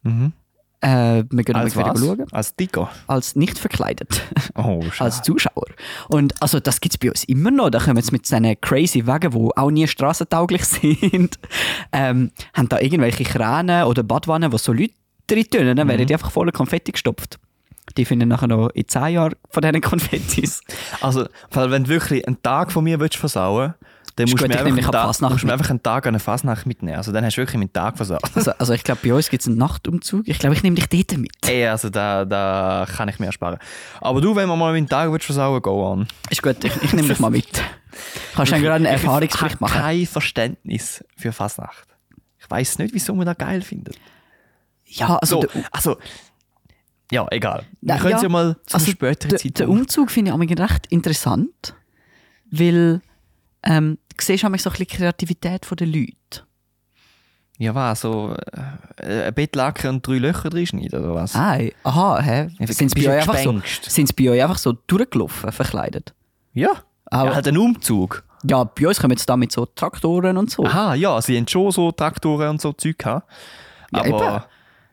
B: Mhm.
A: Äh, wir gehen
B: Als
A: mal wieder
B: was?
A: schauen.
B: Als Dicker?
A: Als nicht verkleidet.
B: Oh, schade.
A: als Zuschauer. Und also das gibt es bei uns immer noch. Da kommen jetzt mit diesen crazy Wegen, die auch nie straßentauglich (laughs) sind, ähm, haben da irgendwelche Kräne oder Badwannen, wo so Leute drin tun. Dann werden die einfach voller Konfetti gestopft. Die finden nachher noch in 10 Jahren von diesen Konfettis.
B: Also, weil wenn du wirklich einen Tag von mir willst versauen dann
A: Ist
B: musst
A: gut,
B: du mir
A: ich
B: einfach,
A: nehme
B: einen
A: dich ab
B: Tag-
A: Fasnacht
B: musst du mir
A: mit.
B: einfach einen Tag an eine Fasnacht mitnehmen. Also dann hast du wirklich meinen Tag versaut.
A: (laughs) (laughs) Also, also ich glaube, bei uns gibt es einen Nachtumzug. Ich glaube, ich nehme dich dort mit.
B: Ey, also da, da kann ich mir ersparen. Aber du, wenn man mal meinen Tag willst versauen, go on.
A: Ist gut, ich, ich nehme dich mal (laughs) mit. Kannst du dann gerade einen Erfahrungsbericht
B: Ich
A: machen?
B: habe kein Verständnis für Fasnacht. Ich weiß nicht, wieso man das geil findet.
A: Ja, also
B: So,
A: der-
B: also, ja, egal. Wir
A: Na,
B: können es
A: ja,
B: ja mal zu
A: also
B: späteren
A: Der,
B: Zeitpunkt.
A: der Umzug finde ich am Ende recht interessant, weil ähm, du siehst am Ende so ein bisschen die Kreativität der Leute.
B: ja, was? So äh, ein Bettlaken und drei Löcher reinschneiden oder was?
A: Nein, aha, hä?
B: Ja,
A: Sind
B: bist
A: sie
B: du
A: bei, euch einfach so,
B: Gespenst?
A: sind's bei euch einfach so durchgelaufen, verkleidet?
B: Ja.
A: Aber-
B: ja. Halt ein Umzug.
A: Ja, bei uns kommen jetzt da mit so Traktoren und so.
B: Aha, ja, sie haben schon so Traktoren und so Zeug gehabt.
A: Ja,
B: Aber,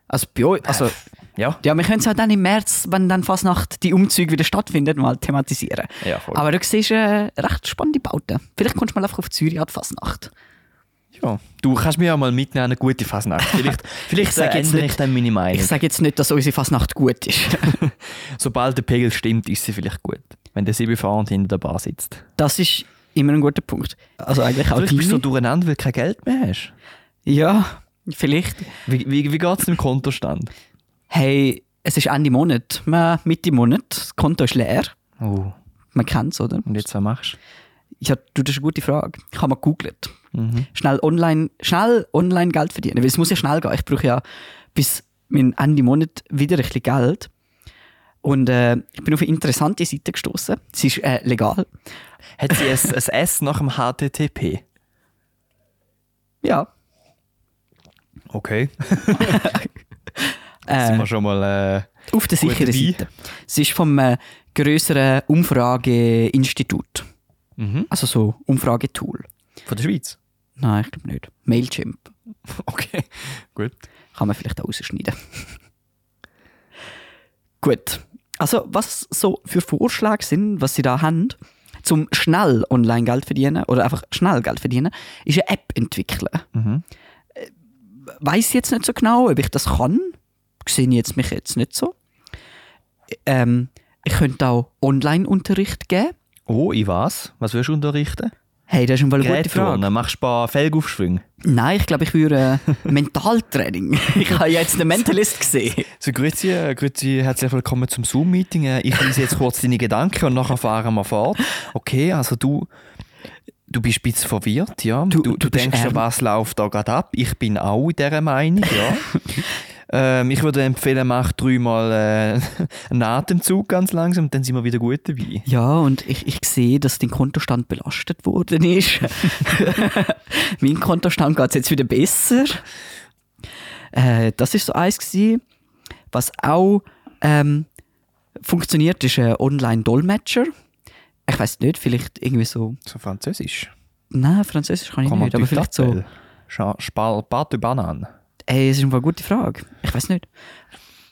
A: Also bei euch, also,
B: ja.
A: ja, wir können es ja dann im März, wenn dann Fasnacht die Umzüge wieder stattfinden, mal thematisieren.
B: Ja, voll.
A: Aber du siehst äh, recht spannende Bauten. Vielleicht kommst du mal einfach auf Zürich an die Fasnacht.
B: ja. Du kannst mir ja mal mitnehmen, eine gute
A: (laughs)
B: Fasnacht. Vielleicht, vielleicht
A: sag
B: äh,
A: jetzt
B: ändere
A: nicht-
B: ich dann meine Meinung.
A: Ich sage jetzt nicht, dass unsere Fasnacht gut ist.
B: Sobald der Pegel stimmt, ist sie vielleicht gut. wenn der Sibifahrend hinter der Bar sitzt.
A: Das ist immer ein guter Punkt. Also eigentlich auch
B: Vielleicht bist du so
A: deine.
B: durcheinander, weil du kein Geld mehr hast.
A: Ja, vielleicht.
B: Wie, wie, wie geht es dem Kontostand?
A: Hey, es ist Ende Monat, man- Mitte Monat, das Konto ist leer.
B: Oh,
A: Man kennt es, oder?
B: und jetzt was machst
A: Ja, du, das ist eine gute Frage. Ich habe mal gegoogelt.
B: du? Mhm.
A: Schnell online, schnell online Geld verdienen. Weil es muss ja schnell gehen. Ich brauche ja bis mein Ende Monat wieder ein bisschen Geld. Und äh, ich bin auf eine interessante Seite gestoßen. Sie ist äh, legal.
B: Hat sie ein, ein S nach dem HTTP?
A: Ja.
B: Okay. sind
A: Äh,
B: wir schon mal. Äh,
A: auf der
B: gut
A: sicheren
B: dabei.
A: Seite. Sie ist vom äh, größeren Umfrageinstitut.
B: mhm.
A: Also so Umfragetool.
B: Von der Schweiz.
A: Nein, ich glaube nicht. Mailchimp.
B: (laughs) Okay, gut.
A: kann man vielleicht auch rausschneiden. (laughs) Gut. Also, was so für Vorschläge sind, was sie da haben, zum schnell online Geld verdienen oder einfach schnell Geld verdienen, ist eine App entwickeln. Äh,
B: Mhm.
A: Weiß ich jetzt nicht so genau, ob ich das kann. Sehe ich jetzt mich jetzt nicht so. Ähm, ich könnte auch Online-Unterricht geben.
B: Oh, ich was? Was wirst du unterrichten?
A: Hey, das ist eine gute Frage.
B: Gerätturnen. Machst du ein paar Felgaufschwünge?
A: Nein, ich glaube, ich würde äh, (laughs) Mentaltraining. (laughs) ich habe ja jetzt den Mentalist gesehen.
B: So, grüezi, äh, grüezi, herzlich willkommen zum Zoom-Meeting. Äh, Ich lese jetzt kurz deine Gedanken und nachher fahren wir fort. Okay, also du, du bist ein bisschen verwirrt, ja.
A: Du-
B: Du, du,
A: du bist
B: denkst ja,
A: ernst.
B: was läuft da gerade ab? Ich bin auch in dieser Meinung,
A: (laughs)
B: ja. ähm, ich würde empfehlen, mach dreimal äh, einen Atemzug ganz langsam und dann sind wir wieder gut dabei.
A: (laughs) Ja, und ich, ich sehe, dass dein Kontostand belastet worden ist. (laughs) mein Kontostand geht jetzt wieder besser. Äh, das ist so eins gewesen. Was auch ähm, funktioniert, ist ein Online-Dolmetscher. Ich weiß nicht, vielleicht irgendwie so.
B: So Französisch.
A: Nein, Französisch kann ich nicht, aber vielleicht so.
B: Bart de Banane.
A: Ey, es ist eine gute Frage. Ich weiß nicht.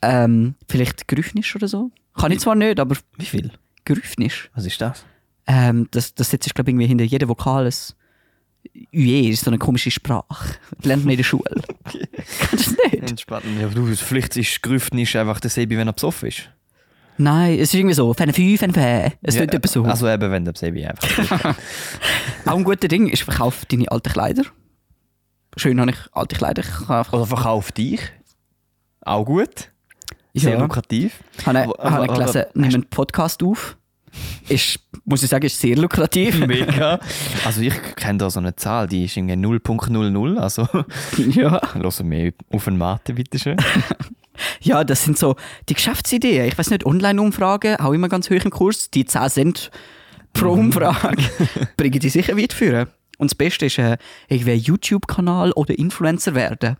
A: Ähm, vielleicht Gerüchnisch oder so. Kann ich zwar nicht, aber
B: Wie viel?
A: Gerüchnisch.
B: Was ist das?
A: Ähm, das, das setzt sich, glaube ich, irgendwie hinter jedem Vokal ein UE, E ist so eine komische Sprache. Die lernt man in der
B: (laughs)
A: Schule. Kannst du es nicht?
B: Entspannen. Ja, du, vielleicht ist Grüftnisch einfach der Sebi, wenn er besoffen ist.
A: Nein, es ist irgendwie so, Fan 5, Fan Fan. Es
B: Ja,
A: tut etwas so.
B: Also eben, wenn der
A: (laughs)
B: Sebi einfach.
A: Auch ein gutes Ding ist, verkauf deine alten Kleider. Schön habe ich alte Kleider. Ich habe einfach-
B: Oder verkauf dich. Auch gut. Sehr
A: ja, (laughs)
B: lukrativ.
A: habe,
B: Aber-
A: habe
B: aber-
A: gelesen, nimm einen Podcast auf. Ist, muss ich sagen, ist sehr lukrativ.
B: Mega. Also ich kenne da so eine Zahl, die ist irgendwie 0.00. Also
A: (laughs)
B: (laughs)
A: ja.
B: hören wir auf den Mate, bitte schön.
A: ja, das sind so die Geschäftsideen. Ich weiß nicht, Online-Umfragen, auch immer ganz hoch im Kurs. Die 10 Cent pro
B: Mhm. (laughs)
A: Umfrage bringen die sicher weit führen. Und das Beste ist äh, irgendwie ein YouTube-Kanal oder Influencer werden.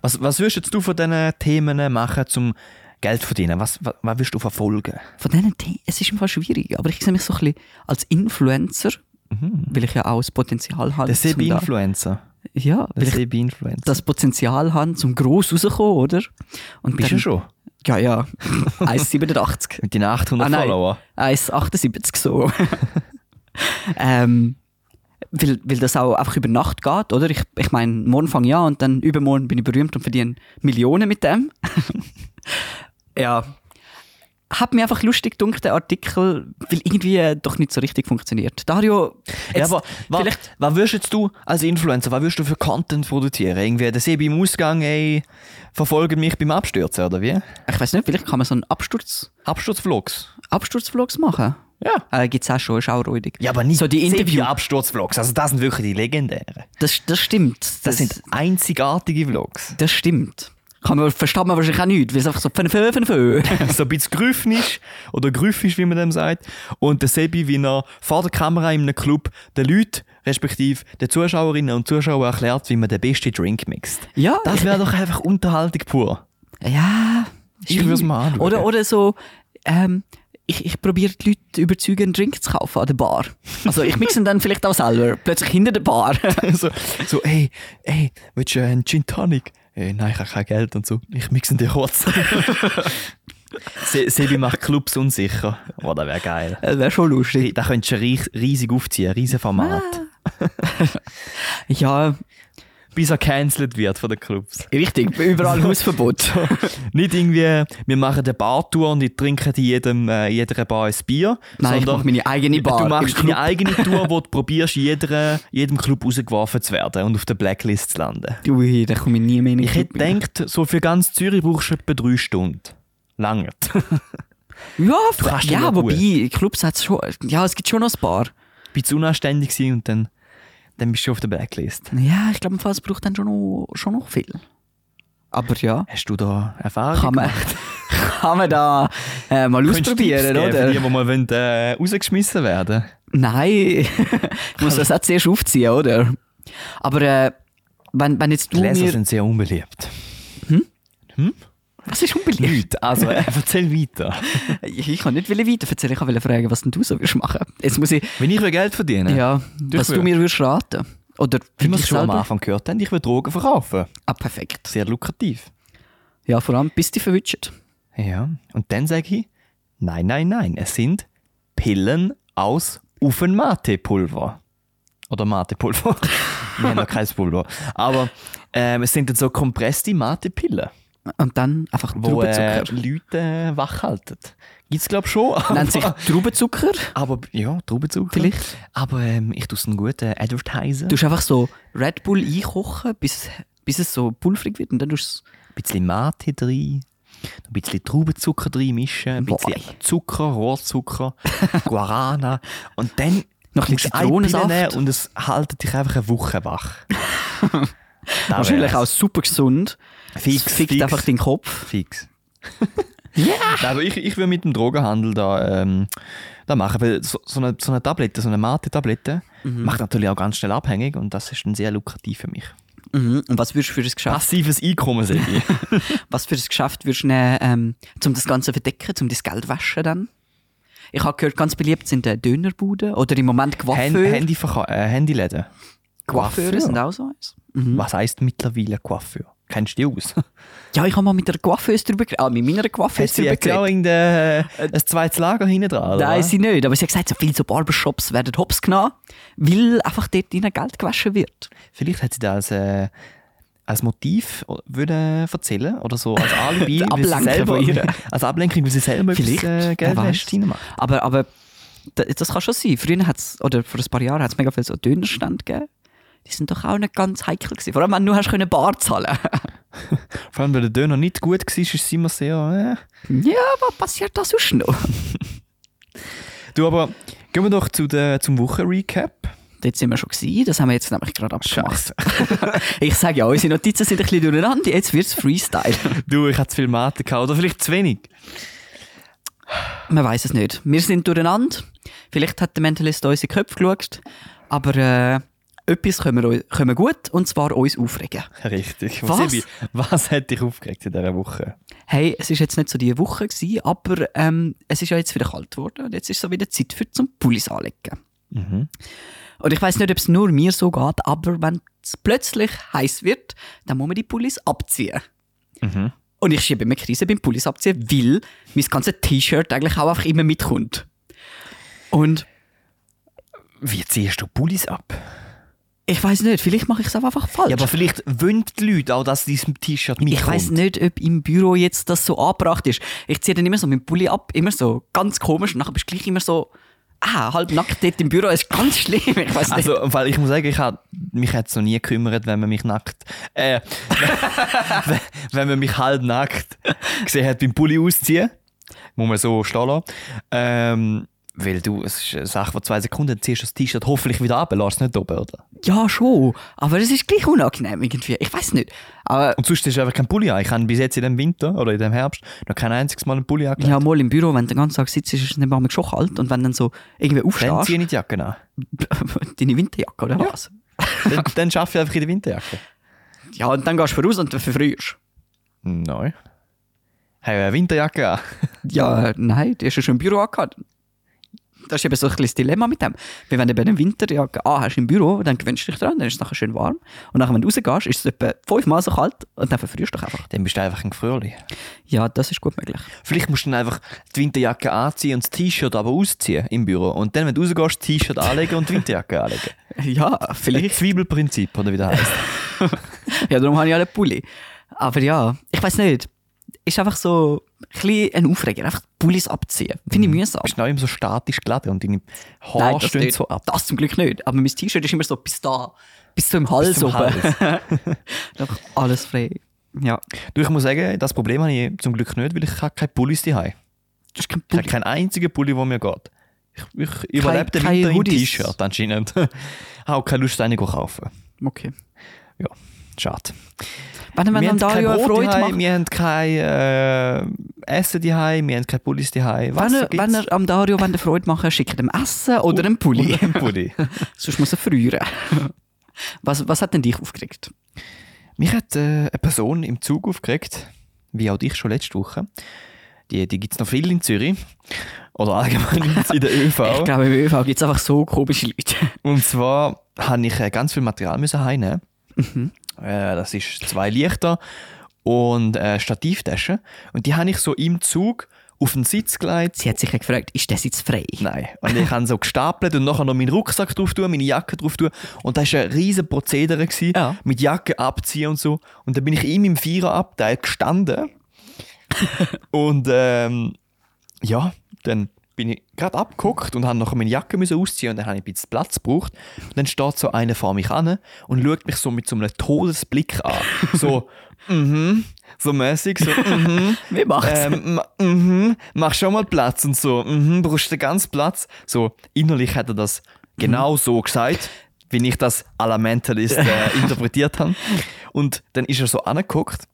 B: Was, was würdest jetzt du von diesen Themen machen, um Geld zu verdienen? Was, was, was wirst du verfolgen?
A: Von denen, die- es ist im Fall schwierig, aber ich sehe mich so ein bisschen als Influencer, weil ich ja auch das Potenzial habe.
B: Mhm. Der
A: zum da-
B: Sebi-Influencer.
A: Ja,
B: Der
A: weil ich
B: Sebi-Influencer.
A: das Potenzial habe, zum gross rauszukommen, oder? Und
B: bist du
A: dann-
B: schon.
A: Ja, ja. (laughs) 1,87.
B: Mit deinen 800
A: Ah, nein.
B: Follower.
A: 1,78
B: (laughs)
A: so. ähm, weil, weil das auch einfach über Nacht geht, oder? Ich, ich meine, morgen fange ich an und dann übermorgen bin ich berühmt und verdiene Millionen mit dem. (laughs) ja. Hat mir einfach lustig gedacht, der Artikel, weil irgendwie äh, doch nicht so richtig funktioniert. Dario,
B: Ja,
A: jetzt,
B: aber wa,
A: vielleicht
B: was würdest jetzt du als Influencer, was würdest du für Content produzieren? Irgendwie der See beim Ausgang, ey, verfolgen mich beim Abstürzen, oder wie?
A: ich weiß nicht, vielleicht kann man so einen Absturz,
B: Absturzvlogs.
A: Absturzvlogs machen.
B: Ja.
A: Äh, Gibt es auch schon, ist auch räudig.
B: Ja, aber nicht
A: So die Interview-
B: Absturzvlogs. Also das sind wirklich die legendären.
A: Das, das stimmt. Das,
B: Das, sind
A: (laughs)
B: einzigartige Vlogs.
A: das stimmt. Kann man, versteht man wahrscheinlich auch nicht, weil es einfach so fön, fön, fön, fön.
B: so ein bisschen grüffnisch oder grüffisch, wie man dem sagt. Und der Sebi, wie er vor der Kamera in einem Club den Leuten, respektive den Zuschauerinnen und Zuschauern erklärt, wie man den besten Drink mixt.
A: Ja,
B: Das wäre doch einfach Unterhaltung pur.
A: Ja.
B: Ich würd's mal anschauen.
A: Oder, oder so, ähm, ich, ich probiere die Leute zu überzeugen, einen Drink zu kaufen an der Bar. Also ich mixe ihn dann vielleicht auch selber, plötzlich hinter der Bar.
B: (laughs) so, so, ey, ey, willst du äh, einen Gin Tonic? Ey, nein, ich habe kein Geld und so. Ich mixe dir kurz. (laughs) Se Sebi macht Clubs unsicher. Boah, das wäre geil.
A: Das wäre schon lustig.
B: Da
A: Ah.
B: könntest du ries- riesig aufziehen, riesen Format.
A: Ja,
B: bis er cancelled wird von den Clubs.
A: Richtig, überall Hausverbot.
B: Nicht irgendwie, wir machen eine Bartour und ich trinke in jedem, äh, in jeder Bar ein Bier.
A: Nein, ich
B: sondern
A: mache meine eigene Bar.
B: Du
A: im
B: machst
A: Club.
B: deine eigene Tour,
A: (laughs)
B: wo du probierst, in jeder, äh, jedem Club rausgeworfen zu werden und auf der Blacklist zu landen.
A: Ui, da komme ich nie mehr in den
B: Ich
A: Club
B: hätte gedacht, so für ganz Zürich brauchst du etwa drei Stunden. (laughs) Lange.
A: Ja,
B: kannst dich
A: ja
B: noch
A: wobei, Clubs hat es schon. Ja, es gibt schon noch ein paar.
B: Bist du unanständig gewesen und dann, dann bist du auf der Blacklist.
A: Ja, ich glaube, im Fall, es braucht dann schon noch, schon noch viel. Aber ja,
B: Hast du da Erfahrung?
A: kann man, (laughs) kann man da äh, mal
B: Könntest du Tipps
A: ausprobieren,
B: geben Für
A: oder?
B: die, die mal wollen, äh, rausgeschmissen werden
A: Nein, (laughs) ich muss das auch zuerst aufziehen, oder? Aber äh, wenn, wenn jetzt du
B: Die Leser
A: mir...
B: sind sehr unbeliebt.
A: Was ist unbeliebt?
B: Leute, also äh, (laughs) erzähl weiter.
A: (laughs) Ich, ich kann nicht weiter erzählen, ich wollte fragen, was denn du so würdest machen. Jetzt muss ich...
B: Wenn ich will Geld verdiene,
A: Ja, was du
B: will.
A: mir würdest raten. Oder für
B: wie wir
A: dich
B: es schon am
A: selber.
B: Anfang gehört haben, ich will Drogen verkaufen.
A: Ah, perfekt.
B: Sehr lukrativ.
A: Ja, vor allem, bis die verwünscht.
B: Ja. Und dann sage ich, nein, nein, nein, es sind Pillen aus Ufen Mate-Pulver. Oder Mate-Pulver. (laughs) Wir haben noch kein Pulver. Aber ähm, es sind dann so kompresste Mate-Pillen,
A: Und dann einfach
B: wo äh,
A: Traubenzucker.
B: Leute äh, wachhalten. Gibt es, glaube ich, schon.
A: Nennt sich Traubenzucker.
B: Aber ja, Traubenzucker.
A: Vielleicht.
B: Aber ähm, ich tue es einen guten Advertiser.
A: Du tust einfach so Red Bull einkochen, bis, bis es so pulverig wird und dann tust
B: Ein bisschen Mate drin, ein bisschen Traubenzucker drin mischen, ein bisschen
A: Boah.
B: Zucker, (laughs) Rohrzucker, Guarana. Und dann
A: Noch ein
B: nimmst du eine
A: Zitronensaft.
B: Pille nehmen und es haltet dich einfach eine Woche (laughs) wach. Das
A: du es. Wahrscheinlich
B: wär's.
A: auch super gesund.
B: Fix,
A: es fickt
B: fix.
A: einfach den Kopf.
B: fix. (laughs) Ja! Aber ich, ich will mit dem Drogenhandel da, ähm, da machen, weil so, so, eine, so eine Tablette, so eine Mate-Tablette, macht natürlich auch ganz schnell abhängig und das ist dann sehr lukrativ für mich.
A: Mhm. Und was würdest du für ein Geschäft,
B: Passives Einkommen, sehe ich.
A: was für ein Geschäft würdest du nehmen, ähm, um das Ganze zu verdecken, um das Geld zu waschen dann? Ich habe gehört, ganz beliebt sind äh, Dönerbuden oder im Moment
B: Hand,
A: Coiffeure.
B: Handyverka- äh, Handyläden.
A: Coiffeure sind auch so eins. Mhm.
B: Was heißt mittlerweile Coiffeur? Kennst du
A: (laughs)
B: die aus?
A: Ja, ich habe mal mit einer Coiffeuse drüber geredet. Ah, mit meiner Coiffeuse
B: Hast du
A: drüber
B: jetzt auch
A: geredet.
B: irgendein äh, ein zweites Lager hinten dran? oder
A: Nein,
B: was?
A: sie nicht. Aber sie hat gesagt, so viele so Barbershops werden hops genommen, weil einfach dort ihnen Geld gewaschen wird.
B: Vielleicht hat sie das als, äh, als Motiv o- würde erzählen oder so als
A: (laughs)
B: Alibi,
A: Der
B: weil sie
A: Ablenker
B: selber,
A: von ihr.
B: (laughs) als Ablenkung, weil sie selber
A: Vielleicht,
B: etwas äh,
A: wer
B: Geld
A: weiß.
B: reinmacht.
A: Aber, aber das, das kann schon sein. Früher hat es, oder vor ein paar Jahren hat es mega viel so Dönerstände gegeben. Die sind doch auch nicht ganz heikel gewesen. Vor allem, wenn du nur hast können Bar zahlen
B: Vor allem, weil der Döner nicht gut war, ist es immer sehr... Äh.
A: Ja, was passiert da sonst noch?
B: Du, aber gehen wir doch zu der, zum Wochenrecap.
A: Dort sind wir schon gewesen. Das haben wir jetzt nämlich gerade abgemacht. (laughs) Ich sage ja, unsere Notizen sind ein bisschen durcheinander. Jetzt wird es Freestyle.
B: (laughs) Du, ich hatte zu viel Mate gehabt, oder vielleicht zu wenig.
A: Man weiß es nicht. Wir sind durcheinander. Vielleicht hat der Mentalist unsere Köpfe geschaut. Aber äh, etwas können wir, uns- können wir gut, und zwar uns aufregen.
B: Richtig.
A: Was?
B: Sebi, was hat dich aufgeregt in dieser Woche?
A: Hey, es ist jetzt nicht so die Woche gewesen, aber ähm, es ist ja jetzt wieder kalt geworden und jetzt ist so wieder Zeit für zum Pullis anlegen.
B: Mhm.
A: Und ich weiß nicht, ob es nur mir so geht, aber wenn es plötzlich heiß wird, dann muss man die Pullis abziehen.
B: Mhm.
A: Und ich schiebe immer Krise beim Pullis abziehen, weil mein ganzes T-Shirt eigentlich auch einfach immer mitkommt. Und
B: Wie ziehst du Pullis ab?
A: ich weiß nicht, vielleicht mache ich es auch einfach falsch.
B: Ja, aber vielleicht wollen die Leute auch, dass diesem T-Shirt mitkommt.
A: Ich weiß nicht, ob im Büro jetzt das so angebracht ist. Ich ziehe dann immer so meinen Pulli ab, immer so ganz komisch. Und nachher bist du gleich immer so, ah, halb nackt dort im Büro. Es ist ganz schlimm. Ich weiß nicht.
B: Also, weil ich muss sagen, ich hat, mich hat es noch nie gekümmert, wenn man mich nackt.
A: (laughs)
B: Äh, wenn- wenn man mich halb nackt gesehen hat beim Pulli ausziehen. Muss man so stehen lassen. Ähm, weil du, es ist eine Sache von zwei Sekunden, ziehst du das T-Shirt hoffentlich wieder ab, lass es nicht oben, oder?
A: Ja, schon. Aber es ist gleich unangenehm irgendwie. Ich weiß nicht. Aber
B: Und sonst ist einfach kein Pulli an. Ich habe bis jetzt in dem Winter oder in dem Herbst noch kein einziges Mal einen Pulli angelegt.
A: ja, mal im Büro, wenn du den ganzen Tag sitzt, ist es dann manchmal schon kalt. Und wenn dann so irgendwie
B: Dann
A: aufstehst,
B: ziehe ich die Jacke an.
A: (laughs) deine Winterjacke oder was?
B: Dann,
A: (laughs)
B: dann arbeite ich einfach in der Winterjacke.
A: Ja, und dann gehst du voraus und dann verfrierst.
B: Nein. Habe eine Winterjacke an.
A: Ja, äh, nein, die hast du schon im Büro angehabt. Das ist eben so ein kleines Dilemma mit dem. Weil wenn du bei einem Winterjacke ah, hast im Büro, dann gewöhnst du dich dran, dann ist es nachher schön warm. Und nachher, wenn du rausgehst, ist es etwa fünfmal so kalt und dann verfrierst du dich einfach.
B: Dann bist du einfach ein Fröhlich.
A: Ja, das ist gut möglich.
B: Vielleicht musst du dann einfach die Winterjacke anziehen und das T-Shirt aber ausziehen im Büro. Und dann, wenn
A: (laughs)
B: du rausgehst, das T-Shirt anlegen und die Winterjacke anlegen.
A: (laughs) Ja, vielleicht.
B: Zwiebelprinzip, oder wie das heisst.
A: ja, darum habe ich alle Pulli. Aber ja, ich weiß nicht. Ist einfach so ein bisschen ein Aufreger. Einfach Pullis abziehen. Finde ich mühsam.
B: bist noch immer so statisch geladen und deine
A: Nein,
B: Haare
A: das,
B: stehen
A: nicht.
B: so ab.
A: das zum Glück nicht. Aber mein T-Shirt ist immer so bis da. Bis zum Hals
B: zum
A: oben. (laughs) Einfach alles frei. Ja.
B: Du, ich muss sagen, das Problem habe ich zum Glück nicht, weil ich habe keine Pullis daheim.
A: Das ist kein
B: Ich
A: Pulli.
B: habe keinen einzigen Pulli, der mir geht. Ich, ich überlebe den
A: keine
B: Winter im
A: Hoodies.
B: T-Shirt anscheinend. (laughs) habe auch keine Lust, einen zu kaufen.
A: Okay.
B: Ja, schade.
A: Wenn man einem Dario eine Freude
B: daheim,
A: macht.
B: wir haben kein äh, Essen daheim, wir haben keine Pullis daheim.
A: Wenn
B: Wasser
A: er, wenn
B: gibt's. Oh.
A: er am Dario wollt eine Freude machen schickt ihm Essen oder einen Pulli.
B: Und einen Pulli.
A: (laughs) Sonst muss er frieren. Was, was hat denn dich aufgeregt?
B: Mich hat äh, eine Person im Zug aufgeregt, wie auch dich schon letzte Woche. Die, die gibt es noch viel in Zürich. Oder
A: (laughs)
B: allgemein in der ÖV.
A: Ich glaube, im ÖV gibt es einfach so komische Leute. (laughs)
B: Und zwar habe ich äh, ganz viel Material müssen heimnehmen.
A: Mhm.
B: Äh, das ist zwei Lichter und äh, Stativtaschen. Und die habe ich so im Zug auf den Sitz gelegt.
A: Sie hat sich ja gefragt, ist das jetzt frei?
B: Nein. Und ich habe so gestapelt und nachher noch meinen Rucksack drauf tun, meine Jacke drauf tun. Und das war ein riesen Prozedere gewesen,
A: Ja.
B: mit Jacke abziehen und so. Und dann bin ich ihm im Viererabteil gestanden. und ähm, ja, dann bin ich gerade abgeguckt und habe nachher meine Jacke müssen ausziehen und dann habe ich ein bisschen Platz gebraucht. Und dann steht so einer vor mich an und schaut mich so mit so einem Todesblick an. So, mhm, so mäßig, so, mhm.
A: Wir machen's.
B: Ähm, ma- mhm, mach schon mal Platz und so. Mhm, brauchst du ganz Platz. So, innerlich hat er das genau so gesagt, wie ich das à la Mentalist äh, interpretiert habe. Und dann ist er so angeguckt.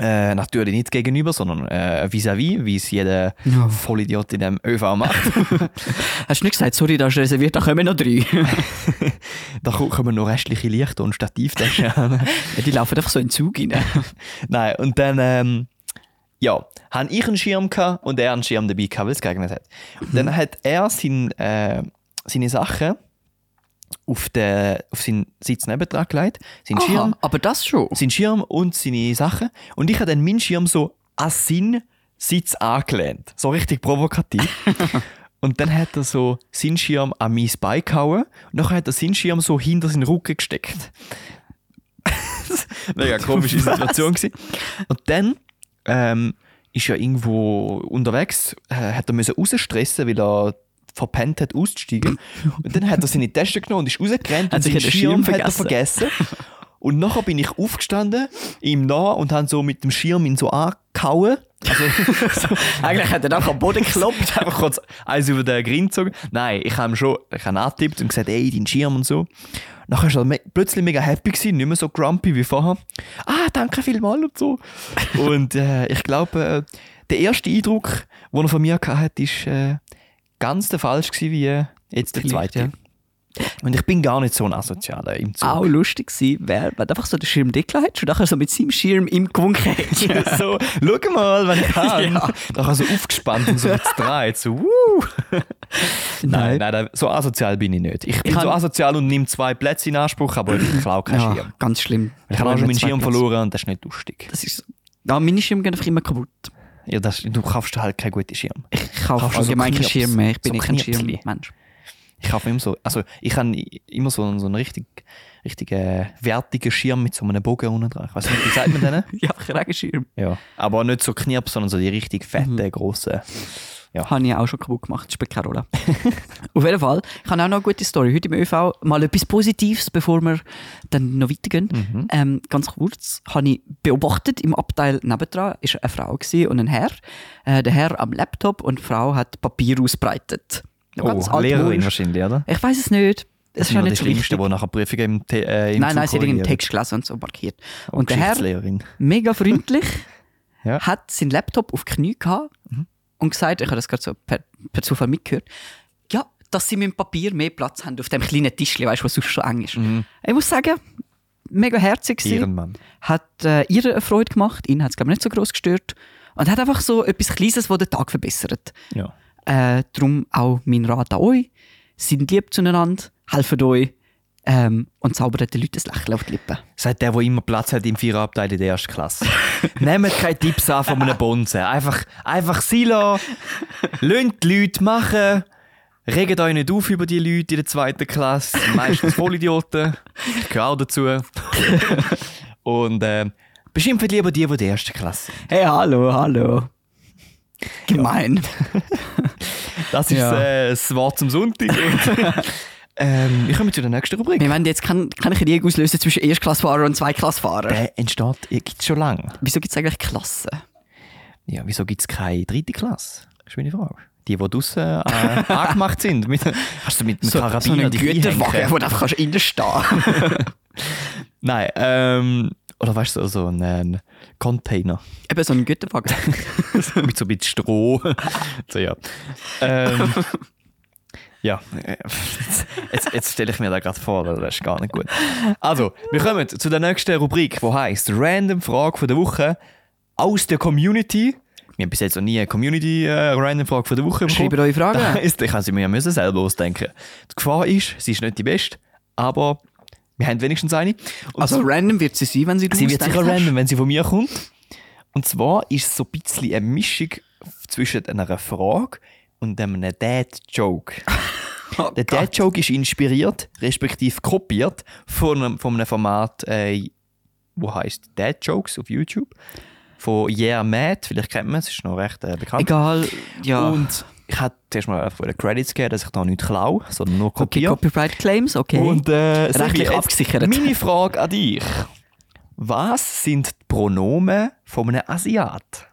B: Äh, natürlich nicht gegenüber, sondern äh, vis-à-vis, wie es jeder
A: Ja.
B: Vollidiot in dem ÖV macht.
A: Hast du nicht gesagt, sorry, da ist reserviert, da kommen noch
B: (laughs)
A: drei.
B: da ko- kommen noch restliche Lichter und Stativtaschen an.
A: Ja, die laufen einfach so in den Zug rein.
B: Nein, und dann, ähm, ja, habe ich einen Schirm gehabt und er einen Schirm dabei gehabt, weil es geregnet hat. Und dann hat er sein, äh, seine Sachen auf, den, auf seinen Sitz nebendran gelegt, seinen Schirm,
A: Aha, aber das schon.
B: seinen Schirm und seine Sachen. Und ich habe dann meinen Schirm so an seinen Sitz angelehnt. So richtig (laughs) provokativ. und dann hat er so seinen Schirm an mein Bein gehauen. Und nachher hat er seinen Schirm so hinter seinen Rücken gesteckt. Mega komische Situation gewesen. Und dann ähm, ist er irgendwo unterwegs, äh, hat er müssen rausstressen, weil er verpennt
A: (laughs)
B: hat, auszusteigen. Und dann hat er seine Tasche genommen und ist rausgerannt und
A: Hat sich
B: seinen
A: den
B: Schirm,
A: Schirm
B: hat er vergessen. Und nachher bin ich aufgestanden, ihm nah und habe so mit dem Schirm ihn so angehauen. Also, so,
A: Eigentlich hat er dann am Boden gekloppt.
B: kloppt einfach kurz eins über den Grind gezogen. Nein, ich habe ihm schon ich hab ihn angetippt und gesagt, ey, dein Schirm und so. Nachher war er me plötzlich mega happy, gewesen, nicht mehr so grumpy wie vorher. Ah, danke vielmals und so. und äh, ich glaube, äh, der erste Eindruck, den er von mir hatte, ist äh, ganz der falsch gewesen, wie äh, jetzt der
A: Vielleicht,
B: zweite. Und ich bin gar nicht so ein Asozialer im Zug.
A: (laughs) Auch lustig gewesen wäre, wenn du einfach so den Schirm dicker hättest und nachher so mit seinem Schirm ihm gewunken
B: (laughs)
A: hättest.
B: (laughs) so, schau mal, wenn
A: (laughs)
B: ich kann.
A: Ja.
B: Nachher so aufgespannt und so mit drei, so, uh. wuh. Nein, nein, nein, so asozial bin ich nicht. Ich bin
A: Ich
B: so
A: kann-
B: asozial und nehme zwei Plätze in Anspruch,
A: (laughs)
B: aber ich klaue keinen
A: Ja,
B: Schirm.
A: ganz schlimm.
B: Ich habe auch schon meinen Schirm verloren und das ist nicht lustig.
A: Das ist so. Ja, meine Schirme gehen einfach immer kaputt.
B: Ja, das, du kaufst halt keinen guten Schirm.
A: Ich kaufe
B: Kaufst du so
A: allgemein keinen
B: Knirps?
A: Schirm mehr. Ich bin
B: So
A: nicht ein
B: Knirpsli?
A: Schirmmensch.
B: Ich kaufe immer so, also ich habe immer so, einen- so einen richtig, richtig äh, wertigen Schirm mit so einem Bogen unten dran. Ich weiß nicht, wie sagt
A: (laughs)
B: man denen?
A: Ja, keinen Regenschirm.
B: Ja. Aber nicht so Knirps, sondern so die richtig fetten,
A: Mhm.
B: grossen.
A: Habe ich auch schon kaputt gemacht, spielt keine
B: (laughs)
A: Rolle. Auf jeden Fall, ich habe auch noch eine gute Story. Heute im ÖV mal etwas Positives, bevor wir dann noch weitergehen.
B: Mhm.
A: Ähm, ganz kurz, habe ich beobachtet, im Abteil nebendran war eine Frau gewesen und ein Herr. Äh, der Herr am Laptop und die Frau hat Papier ausbreitet.
B: Oh, Lehrerin wahrscheinlich, oder?
A: Ich weiß es nicht. Es ist ja
B: Immer
A: nicht so
B: die Schlimmsten,
A: wichtig.
B: die nachher Prüfungen im, Te äh, im
A: Nein,
B: Zug
A: nein, sie hat irgendeinen
B: korrigieren.
A: Text gelesen und so markiert.
B: Oh,
A: Und der Herr
B: Geschichtslehrerin.
A: mega freundlich,
B: Ja.
A: hat seinen Laptop auf die Knie gehabt und gesagt, ich habe das gerade so per, per Zufall mitgehört, ja, dass sie mit dem Papier mehr Platz haben auf dem kleinen Tischchen, weißt du, was sonst schon eng ist. Ich muss sagen, mega herzig gewesen,
B: Ehrenmann.
A: hat äh, ihr eine Freude gemacht, ihn hat es, glaube ich, nicht so groß gestört und hat einfach so etwas Kleines, das den Tag verbessert.
B: Ja.
A: Äh, darum auch mein Rat an euch, seid lieb zueinander, helft euch ähm, und zaubert den Leuten ein Lächeln auf die Lippen.
B: Sagt der, der immer Platz hat im Viererabteil in der ersten Klasse. Nehmt keine Tipps an von einem Bonzen. Einfach, einfach sein lassen. Lasst die Leute machen. Regt euch nicht auf über die Leute in der zweiten Klasse, meistens Vollidioten. Ich gehöre auch dazu. Und äh, beschimpft lieber die, die der ersten Klasse sind.
A: Hey, hallo, hallo. Gemein.
B: Das ist
A: Ja.
B: äh, das Wort zum Sonntag. ähm, ich komme zu der nächsten
A: (laughs)
B: Rubrik.
A: Wir wollen jetzt kann, kann ich die auslösen zwischen Erstklassfahrer und Zweiklassfahrer.
B: Der entsteht, gibt es schon lange.
A: Wieso gibt es eigentlich Klassen?
B: Ja, wieso gibt es keine dritte Klasse? Das ist meine Frage. Die, die draussen äh, (laughs) angemacht sind. Mit, hast du mit einem Karabiner
A: so einen
B: dich
A: Güterwagen,
B: einhängen?
A: wo du einfach kannst
B: (laughs)
A: reinstehen
B: Nein, ähm, oder weißt du, so ein äh,
A: (laughs)
B: Container
A: Eben so einen Güterwagen.
B: mit so ein bisschen Stroh. so, ja.
A: (laughs)
B: Ähm, ja, (laughs) äh, jetzt, jetzt stelle ich mir da gerade vor, das ist gar nicht gut. Also, wir kommen zu der nächsten Rubrik, die heißt Random Frage von der Woche aus der Community. Wir haben bis jetzt noch nie eine Community-Random-Frage von der Woche bekommen.
A: Schreibt eure
B: Da (laughs)
A: Fragen.
B: ist, ich kann sie mir ja müssen selber ausdenken. Die Gefahr ist, sie ist nicht die beste, aber wir haben wenigstens eine. Und
A: Also random wird sie sein, wenn sie du
B: sie wird sicher
A: ausgedacht hast.
B: random, wenn sie von mir kommt. Und zwar ist es so ein bisschen eine Mischung zwischen einer Frage und einem Dad-Joke.
A: Oh
B: Der
A: Gott.
B: Dad-Joke ist inspiriert, respektive kopiert, von einem, von einem Format, äh, wo heißt Dad-Jokes auf YouTube. Von Yeah Mad, vielleicht kennt man es, ist noch recht äh, bekannt.
A: Egal, ja.
B: Und ich hätte zuerst mal einfach wollen Credits geben, dass ich da nicht klaue, sondern nur
A: okay,
B: kopiere.
A: Copyright Claims, okay.
B: Und äh,
A: Rechtlich
B: Silvi, jetzt
A: abgesichert.
B: Meine Frage an dich. Was sind die Pronomen von einem Asiat?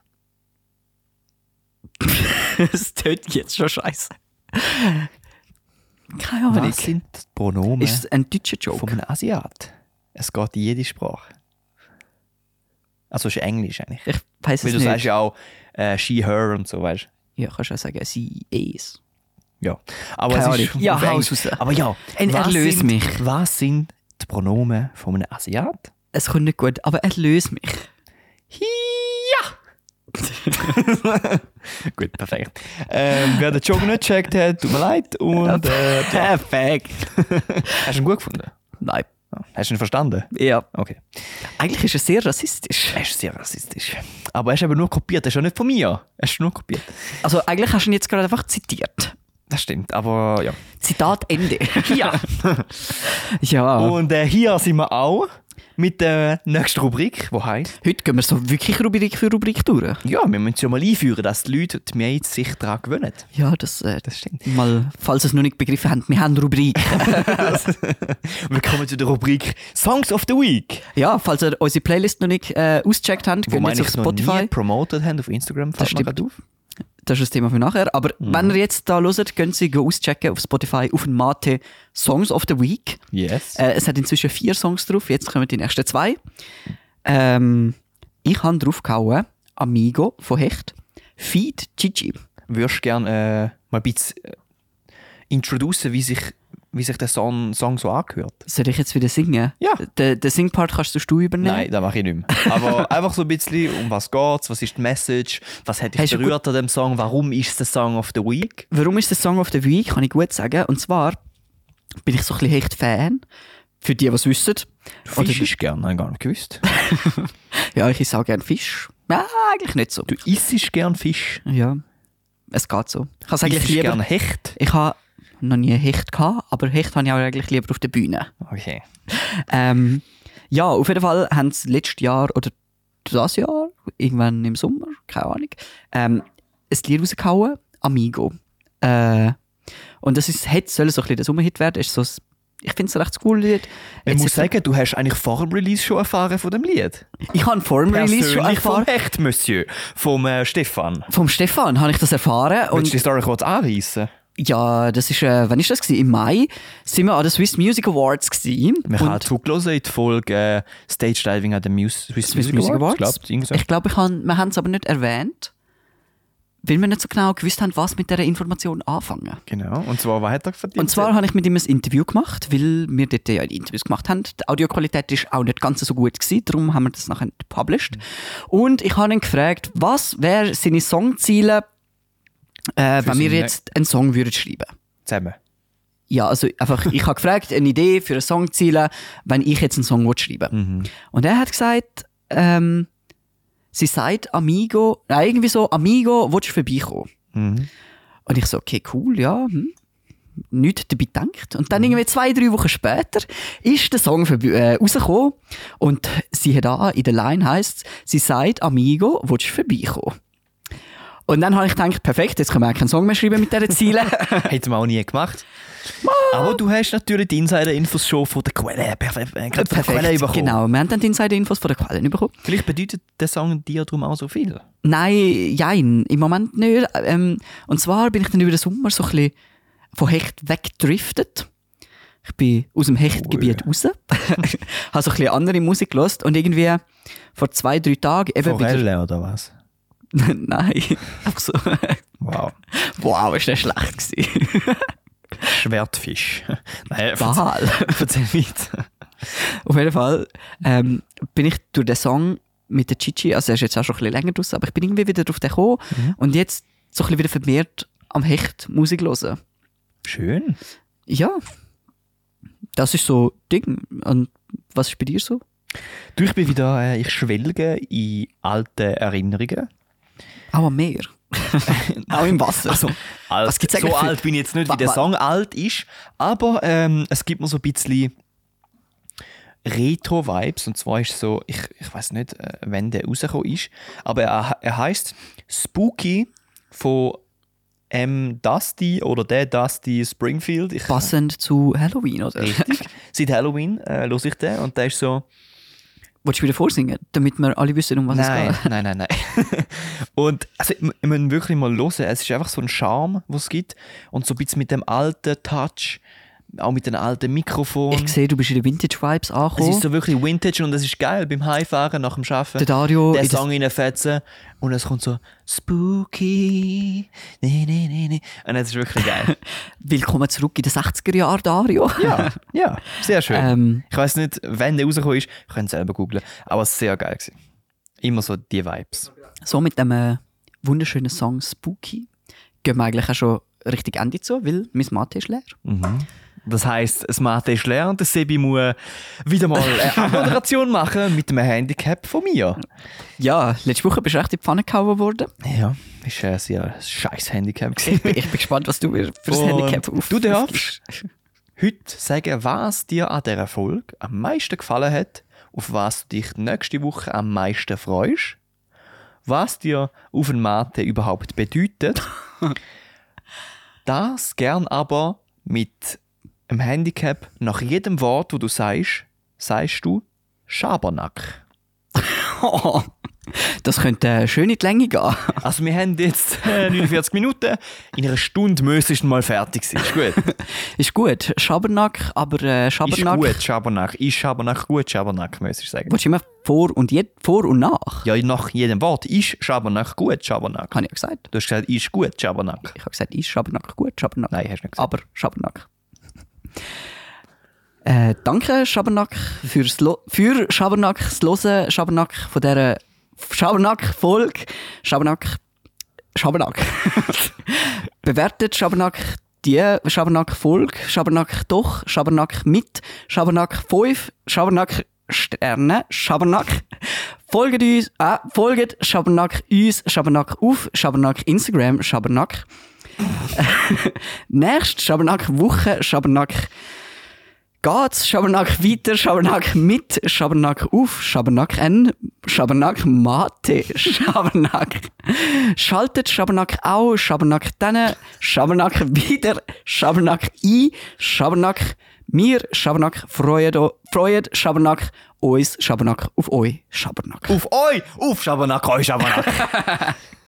A: (laughs) das tönt jetzt schon scheiße. Keine Ahnung.
B: Was sind die Pronomen
A: Ist es ein deutscher
B: von
A: Joke?
B: einem Asiat? Es geht in jede Sprache. Also es ist Englisch eigentlich.
A: Ich weiß
B: Weil
A: es
B: du
A: nicht.
B: sagst ja auch äh, she, her und so, weißt du.
A: ja, kannst du auch sagen, sie ist.
B: Ja. Aber
A: Keine
B: es ist
A: Ahnung. Ja,
B: auf
A: hau
B: Englisch.
A: es raus.
B: Aber ja,
A: Ein
B: was
A: Erlös
B: sind,
A: mich.
B: Was sind die Pronomen von einem Asiat?
A: Es kommt nicht gut, aber erlöse mich.
B: Ja! (laughs) Gut, perfekt. Ähm, wer den Joke nicht gecheckt hat, tut mir leid. Und äh,
A: Perfekt.
B: hast du ihn gut gefunden?
A: Nein.
B: Hast du ihn verstanden?
A: Ja.
B: Okay.
A: Eigentlich ist es sehr rassistisch.
B: Er ist sehr rassistisch. Aber er ist eben nur kopiert, er ist ja nicht von mir. Er ist nur kopiert.
A: Also eigentlich hast du ihn jetzt gerade einfach zitiert.
B: Das stimmt, aber ja.
A: Zitat
B: (laughs)
A: Ende. Ja. (laughs) ja.
B: Und äh, hier sind wir auch mit der nächsten Rubrik, die heißt.
A: heute gehen wir so wirklich Rubrik für Rubrik durch.
B: Ja, wir müssen es ja mal einführen, dass die Leute die Mails sich daran gewöhnen.
A: Ja, das, äh,
B: Das stimmt.
A: mal, falls ihr es noch nicht begriffen habt, wir haben
B: (laughs)
A: Rubrik.
B: Willkommen zu der Rubrik Songs of the Week.
A: ja, falls ihr unsere Playlist noch nicht äh, ausgecheckt habt,
B: Wo
A: geht
B: wir
A: jetzt auf
B: eigentlich noch nie
A: Spotify.
B: promotet haben auf Instagram.
A: Das
B: fällt mir
A: stimmt.
B: gerade auf. Mhm.
A: Das ist das Thema für nachher. Aber wenn ihr jetzt da hört, könnt ihr auschecken auf Spotify auf den Mate Songs of the Week.
B: Yes.
A: Äh, es hat inzwischen vier Songs drauf, jetzt kommen die nächsten zwei. Ähm, ich habe draufgehauen Amigo von Hecht, Feed Gigi.
B: würdest du gerne äh, mal ein bisschen äh, introducen, wie sich, wie sich der Song, Song so angehört?
A: Soll ich jetzt wieder singen?
B: Ja.
A: Den, den Singpart kannst du übernehmen?
B: Nein, das mache ich nicht mehr.
A: (laughs)
B: Aber einfach so ein bisschen, um was geht's, was ist die Message, was hat dich
A: Hast du
B: berührt an dem Song, warum ist es der Song of the Week?
A: Warum ist der Song of the Week, kann ich gut sagen. Und zwar bin ich so ein bisschen Hecht Fan. Für die, die es wissen. Oder-
B: isst gern, nein, gar nicht gewusst.
A: Ja, ich esse auch gerne Fisch. Ja, eigentlich nicht so.
B: Du isst gern Fisch.
A: Ja, es geht so. Ich habe es eigentlich
B: Isst
A: lieber...
B: gern Hecht.
A: Ich habe noch nie Hecht gehabt, aber Hecht habe ich auch eigentlich lieber auf der Bühne.
B: Okay.
A: Ähm, ja, auf jeden Fall haben sie letztes Jahr oder das Jahr, irgendwann im Sommer, keine Ahnung, ähm, ein Lied rausgehauen, Amigo. Äh, und das ist, hätte, soll so ein bisschen der Sommerhit werden, ist so ein, ich finde es ein recht cooles Lied.
B: Ich
A: Jetzt
B: muss
A: ist-
B: sagen, du hast eigentlich vor dem Release schon erfahren von dem Lied.
A: ich habe vor dem Release schon
B: Persönlich
A: erfahren.
B: Vom Hecht, Monsieur. Vom äh, Stefan.
A: Vom Stefan habe ich das erfahren.
B: Willst du
A: Und
B: die Story kurz anreissen?
A: ja, das ist, äh, wann ist das? Gewesen? Im Mai sind wir an den Swiss Music Awards. Gewesen.
B: Wir
A: Und-
B: haben zugelassen in der Folge äh, Stage Diving at the Muse Swiss,
A: Swiss Music Awards.
B: Glaubt, irgendwie so.
A: Ich glaube, ich han, wir haben es aber nicht erwähnt, weil wir nicht so genau gewusst haben, was mit dieser Information anfangen.
B: Genau. Und zwar, was hat er verdient?
A: Und zwar habe ich mit ihm ein Interview gemacht, weil wir dort ja Interviews gemacht haben. Die Audioqualität ist auch nicht ganz so gut, gewesen, darum haben wir das nachher nicht published.
B: Mhm.
A: Und ich habe ihn gefragt, was wären seine Songziele, äh,
B: Für
A: wenn wir
B: seine-
A: jetzt einen Song würden schreiben
B: Zusammen.
A: ja, also einfach, ich habe gefragt, eine Idee für einen Song zu zielen, wenn ich jetzt einen Song schreiben will. Und er hat gesagt, ähm, sie sagt Amigo, nein, irgendwie so, Amigo, willst du vorbeikommen? Und ich so, okay, cool, ja. Hm. nichts dabei gedacht. Und dann irgendwie zwei, drei Wochen später ist der Song verb- äh, rausgekommen und sie hat da in der Line heisst, sie sagt, Amigo, willst du vorbeikommen? Und dann habe ich gedacht, perfekt, jetzt können wir auch keinen Song mehr schreiben mit dieser Ziele.
B: Hätten wir auch nie gemacht. Aber du hast natürlich die Insider-Infos schon von der Quelle, perfekt, äh, von der Quelle bekommen.
A: genau. Wir haben dann die Insider-Infos von der Quelle bekommen.
B: Vielleicht bedeutet der Song dir darum auch so viel.
A: Nein, jein, im Moment nicht. Ähm, und zwar bin ich dann über den Sommer so ein bisschen von Hecht weggedriftet. Ich bin aus dem Hechtgebiet (laughs) raus. habe so ein bisschen andere Musik gehört und irgendwie vor zwei, drei Tagen eben wieder...
B: Forelle oder was?
A: (laughs) Nein, einfach so... (laughs)
B: Wow.
A: wow, ist das schlecht gewesen.
B: Schwertfisch. (laughs) Nein,
A: Wahl.
B: (laughs) erzähl weiter.
A: Auf jeden Fall ähm, bin ich durch den Song mit der Chichi, also er ist jetzt auch schon ein bisschen länger draus, aber ich bin irgendwie wieder drauf gekommen
B: Mhm.
A: und jetzt so ein bisschen wieder vermehrt am Hecht Musik hören.
B: Schön.
A: Ja, das ist so Ding. Und was ist bei dir so?
B: Du, ich bin wieder, äh, ich schwelge in alten Erinnerungen.
A: Auch am
B: (laughs)
A: Meer. auch im Wasser.
B: Also, alt,
A: Was gibt's
B: so
A: eigentlich für-
B: alt bin ich jetzt nicht,
A: Wa-
B: wie der
A: wa-
B: Song alt ist, aber ähm, es gibt mir so ein bisschen Retro-Vibes. Und zwar ist so, ich, ich weiß nicht, äh, wann der rausgekommen ist, aber er, er heißt Spooky von M. Dusty oder der Dusty Springfield. Ich,
A: Passend zu Halloween, oder?
B: (laughs) Richtig. Seit Halloween äh, höre ich den und der ist so.
A: Willst du wieder vorsingen, damit wir alle wissen, um was
B: Nein,
A: es geht?
B: (laughs) nein, nein, nein. und also, wir müssen wirklich mal hören. Es ist einfach so ein Charme, was es gibt. Und so ein bisschen mit dem alten Touch, auch mit dem alten Mikrofon.
A: Ich sehe, du bist in den Vintage Vibes
B: es
A: angekommen.
B: ist so wirklich Vintage und das ist geil beim Heimfahren nach dem Arbeiten.
A: Der Dario
B: Den
A: in das-
B: Song reinfetzen und es kommt so Spooky. Nee, nee, nee, nee. Und das ist wirklich geil.
A: Willkommen zurück in den 60er Jahren, Dario.
B: (laughs) ja, ja, sehr schön.
A: Ähm.
B: ich weiß nicht, wann der rausgekommen ist. Ich kann selber googlen. Aber sehr geil gewesen. Immer so die Vibes.
A: So mit dem äh, wunderschönen Song Spooky gehen wir eigentlich auch schon richtig Ende zu, weil mein Mathe ist leer.
B: Das heisst, das Mathe ist leer und der Sebi muss wieder mal eine Anmoderation machen mit einem Handicap von mir.
A: Ja, letzte Woche bist du recht in die Pfanne gehauen worden.
B: Ja, ist ein sehr scheiß Handicap.
A: (laughs) Ich bin, ich bin gespannt, was du mir für das
B: Und
A: Handicap auf
B: du darfst heute sagen, was dir an dieser Folge am meisten gefallen hat, auf was du dich nächste Woche am meisten freust, was dir auf den Mathe überhaupt bedeutet. das gern aber mit einem Handicap nach jedem Wort, wo du sagst, sagst du Schabernack.
A: Oh, (laughs) das könnte äh, schön in die Länge gehen.
B: Also wir haben jetzt (laughs) äh, 49 Minuten. In einer Stunde müsstest du mal fertig sein. Ist gut.
A: Ist gut. Schabernack, (laughs) aber äh,
B: Ist
A: Schabernack.
B: gut, Schabernack. Ist Schabernack gut, Schabernack, muss ich sagen.
A: Willst du immer vor und, je, vor und nach?
B: Ja, nach jedem Wort. Ist Schabernack gut, Schabernack?
A: Habe ich ja gesagt.
B: Du hast gesagt, ist gut, Schabernack.
A: Ich habe gesagt, ist Schabernack gut, Schabernack.
B: Nein, hast du nicht gesagt.
A: Aber Schabernack. (laughs) Äh, danke, Schabernack, fürs Lo für Schabernack, das Hören, Schabernack von dieser Schabernack-Folge. Schabernack. Schabernack. (laughs) Bewertet Schabernack die Schabernack-Folge, Schabernack doch, Schabernack mit, Schabernack 5, Schabernack Sterne, Schabernack. Folgt uns, äh, folgt Schabernack uns, Schabernack auf, Schabernack Instagram, Schabernack. Nächste Schabernack Woche, Schabernack geht's, Schabernack weiter, Schabernack mit, Schabernack auf, Schabernack N, Schabernack Mate, (laughs) Schabernack. Schaltet Schabernack auch, Schabernack dann, Schabernack wieder, Schabernack i, Schabernack mir, Schabernack freut, o- freut Schabernack uns, Schabernack auf euch, Schabernack.
B: Auf euch! Auf Schabernack, euch Schabernack!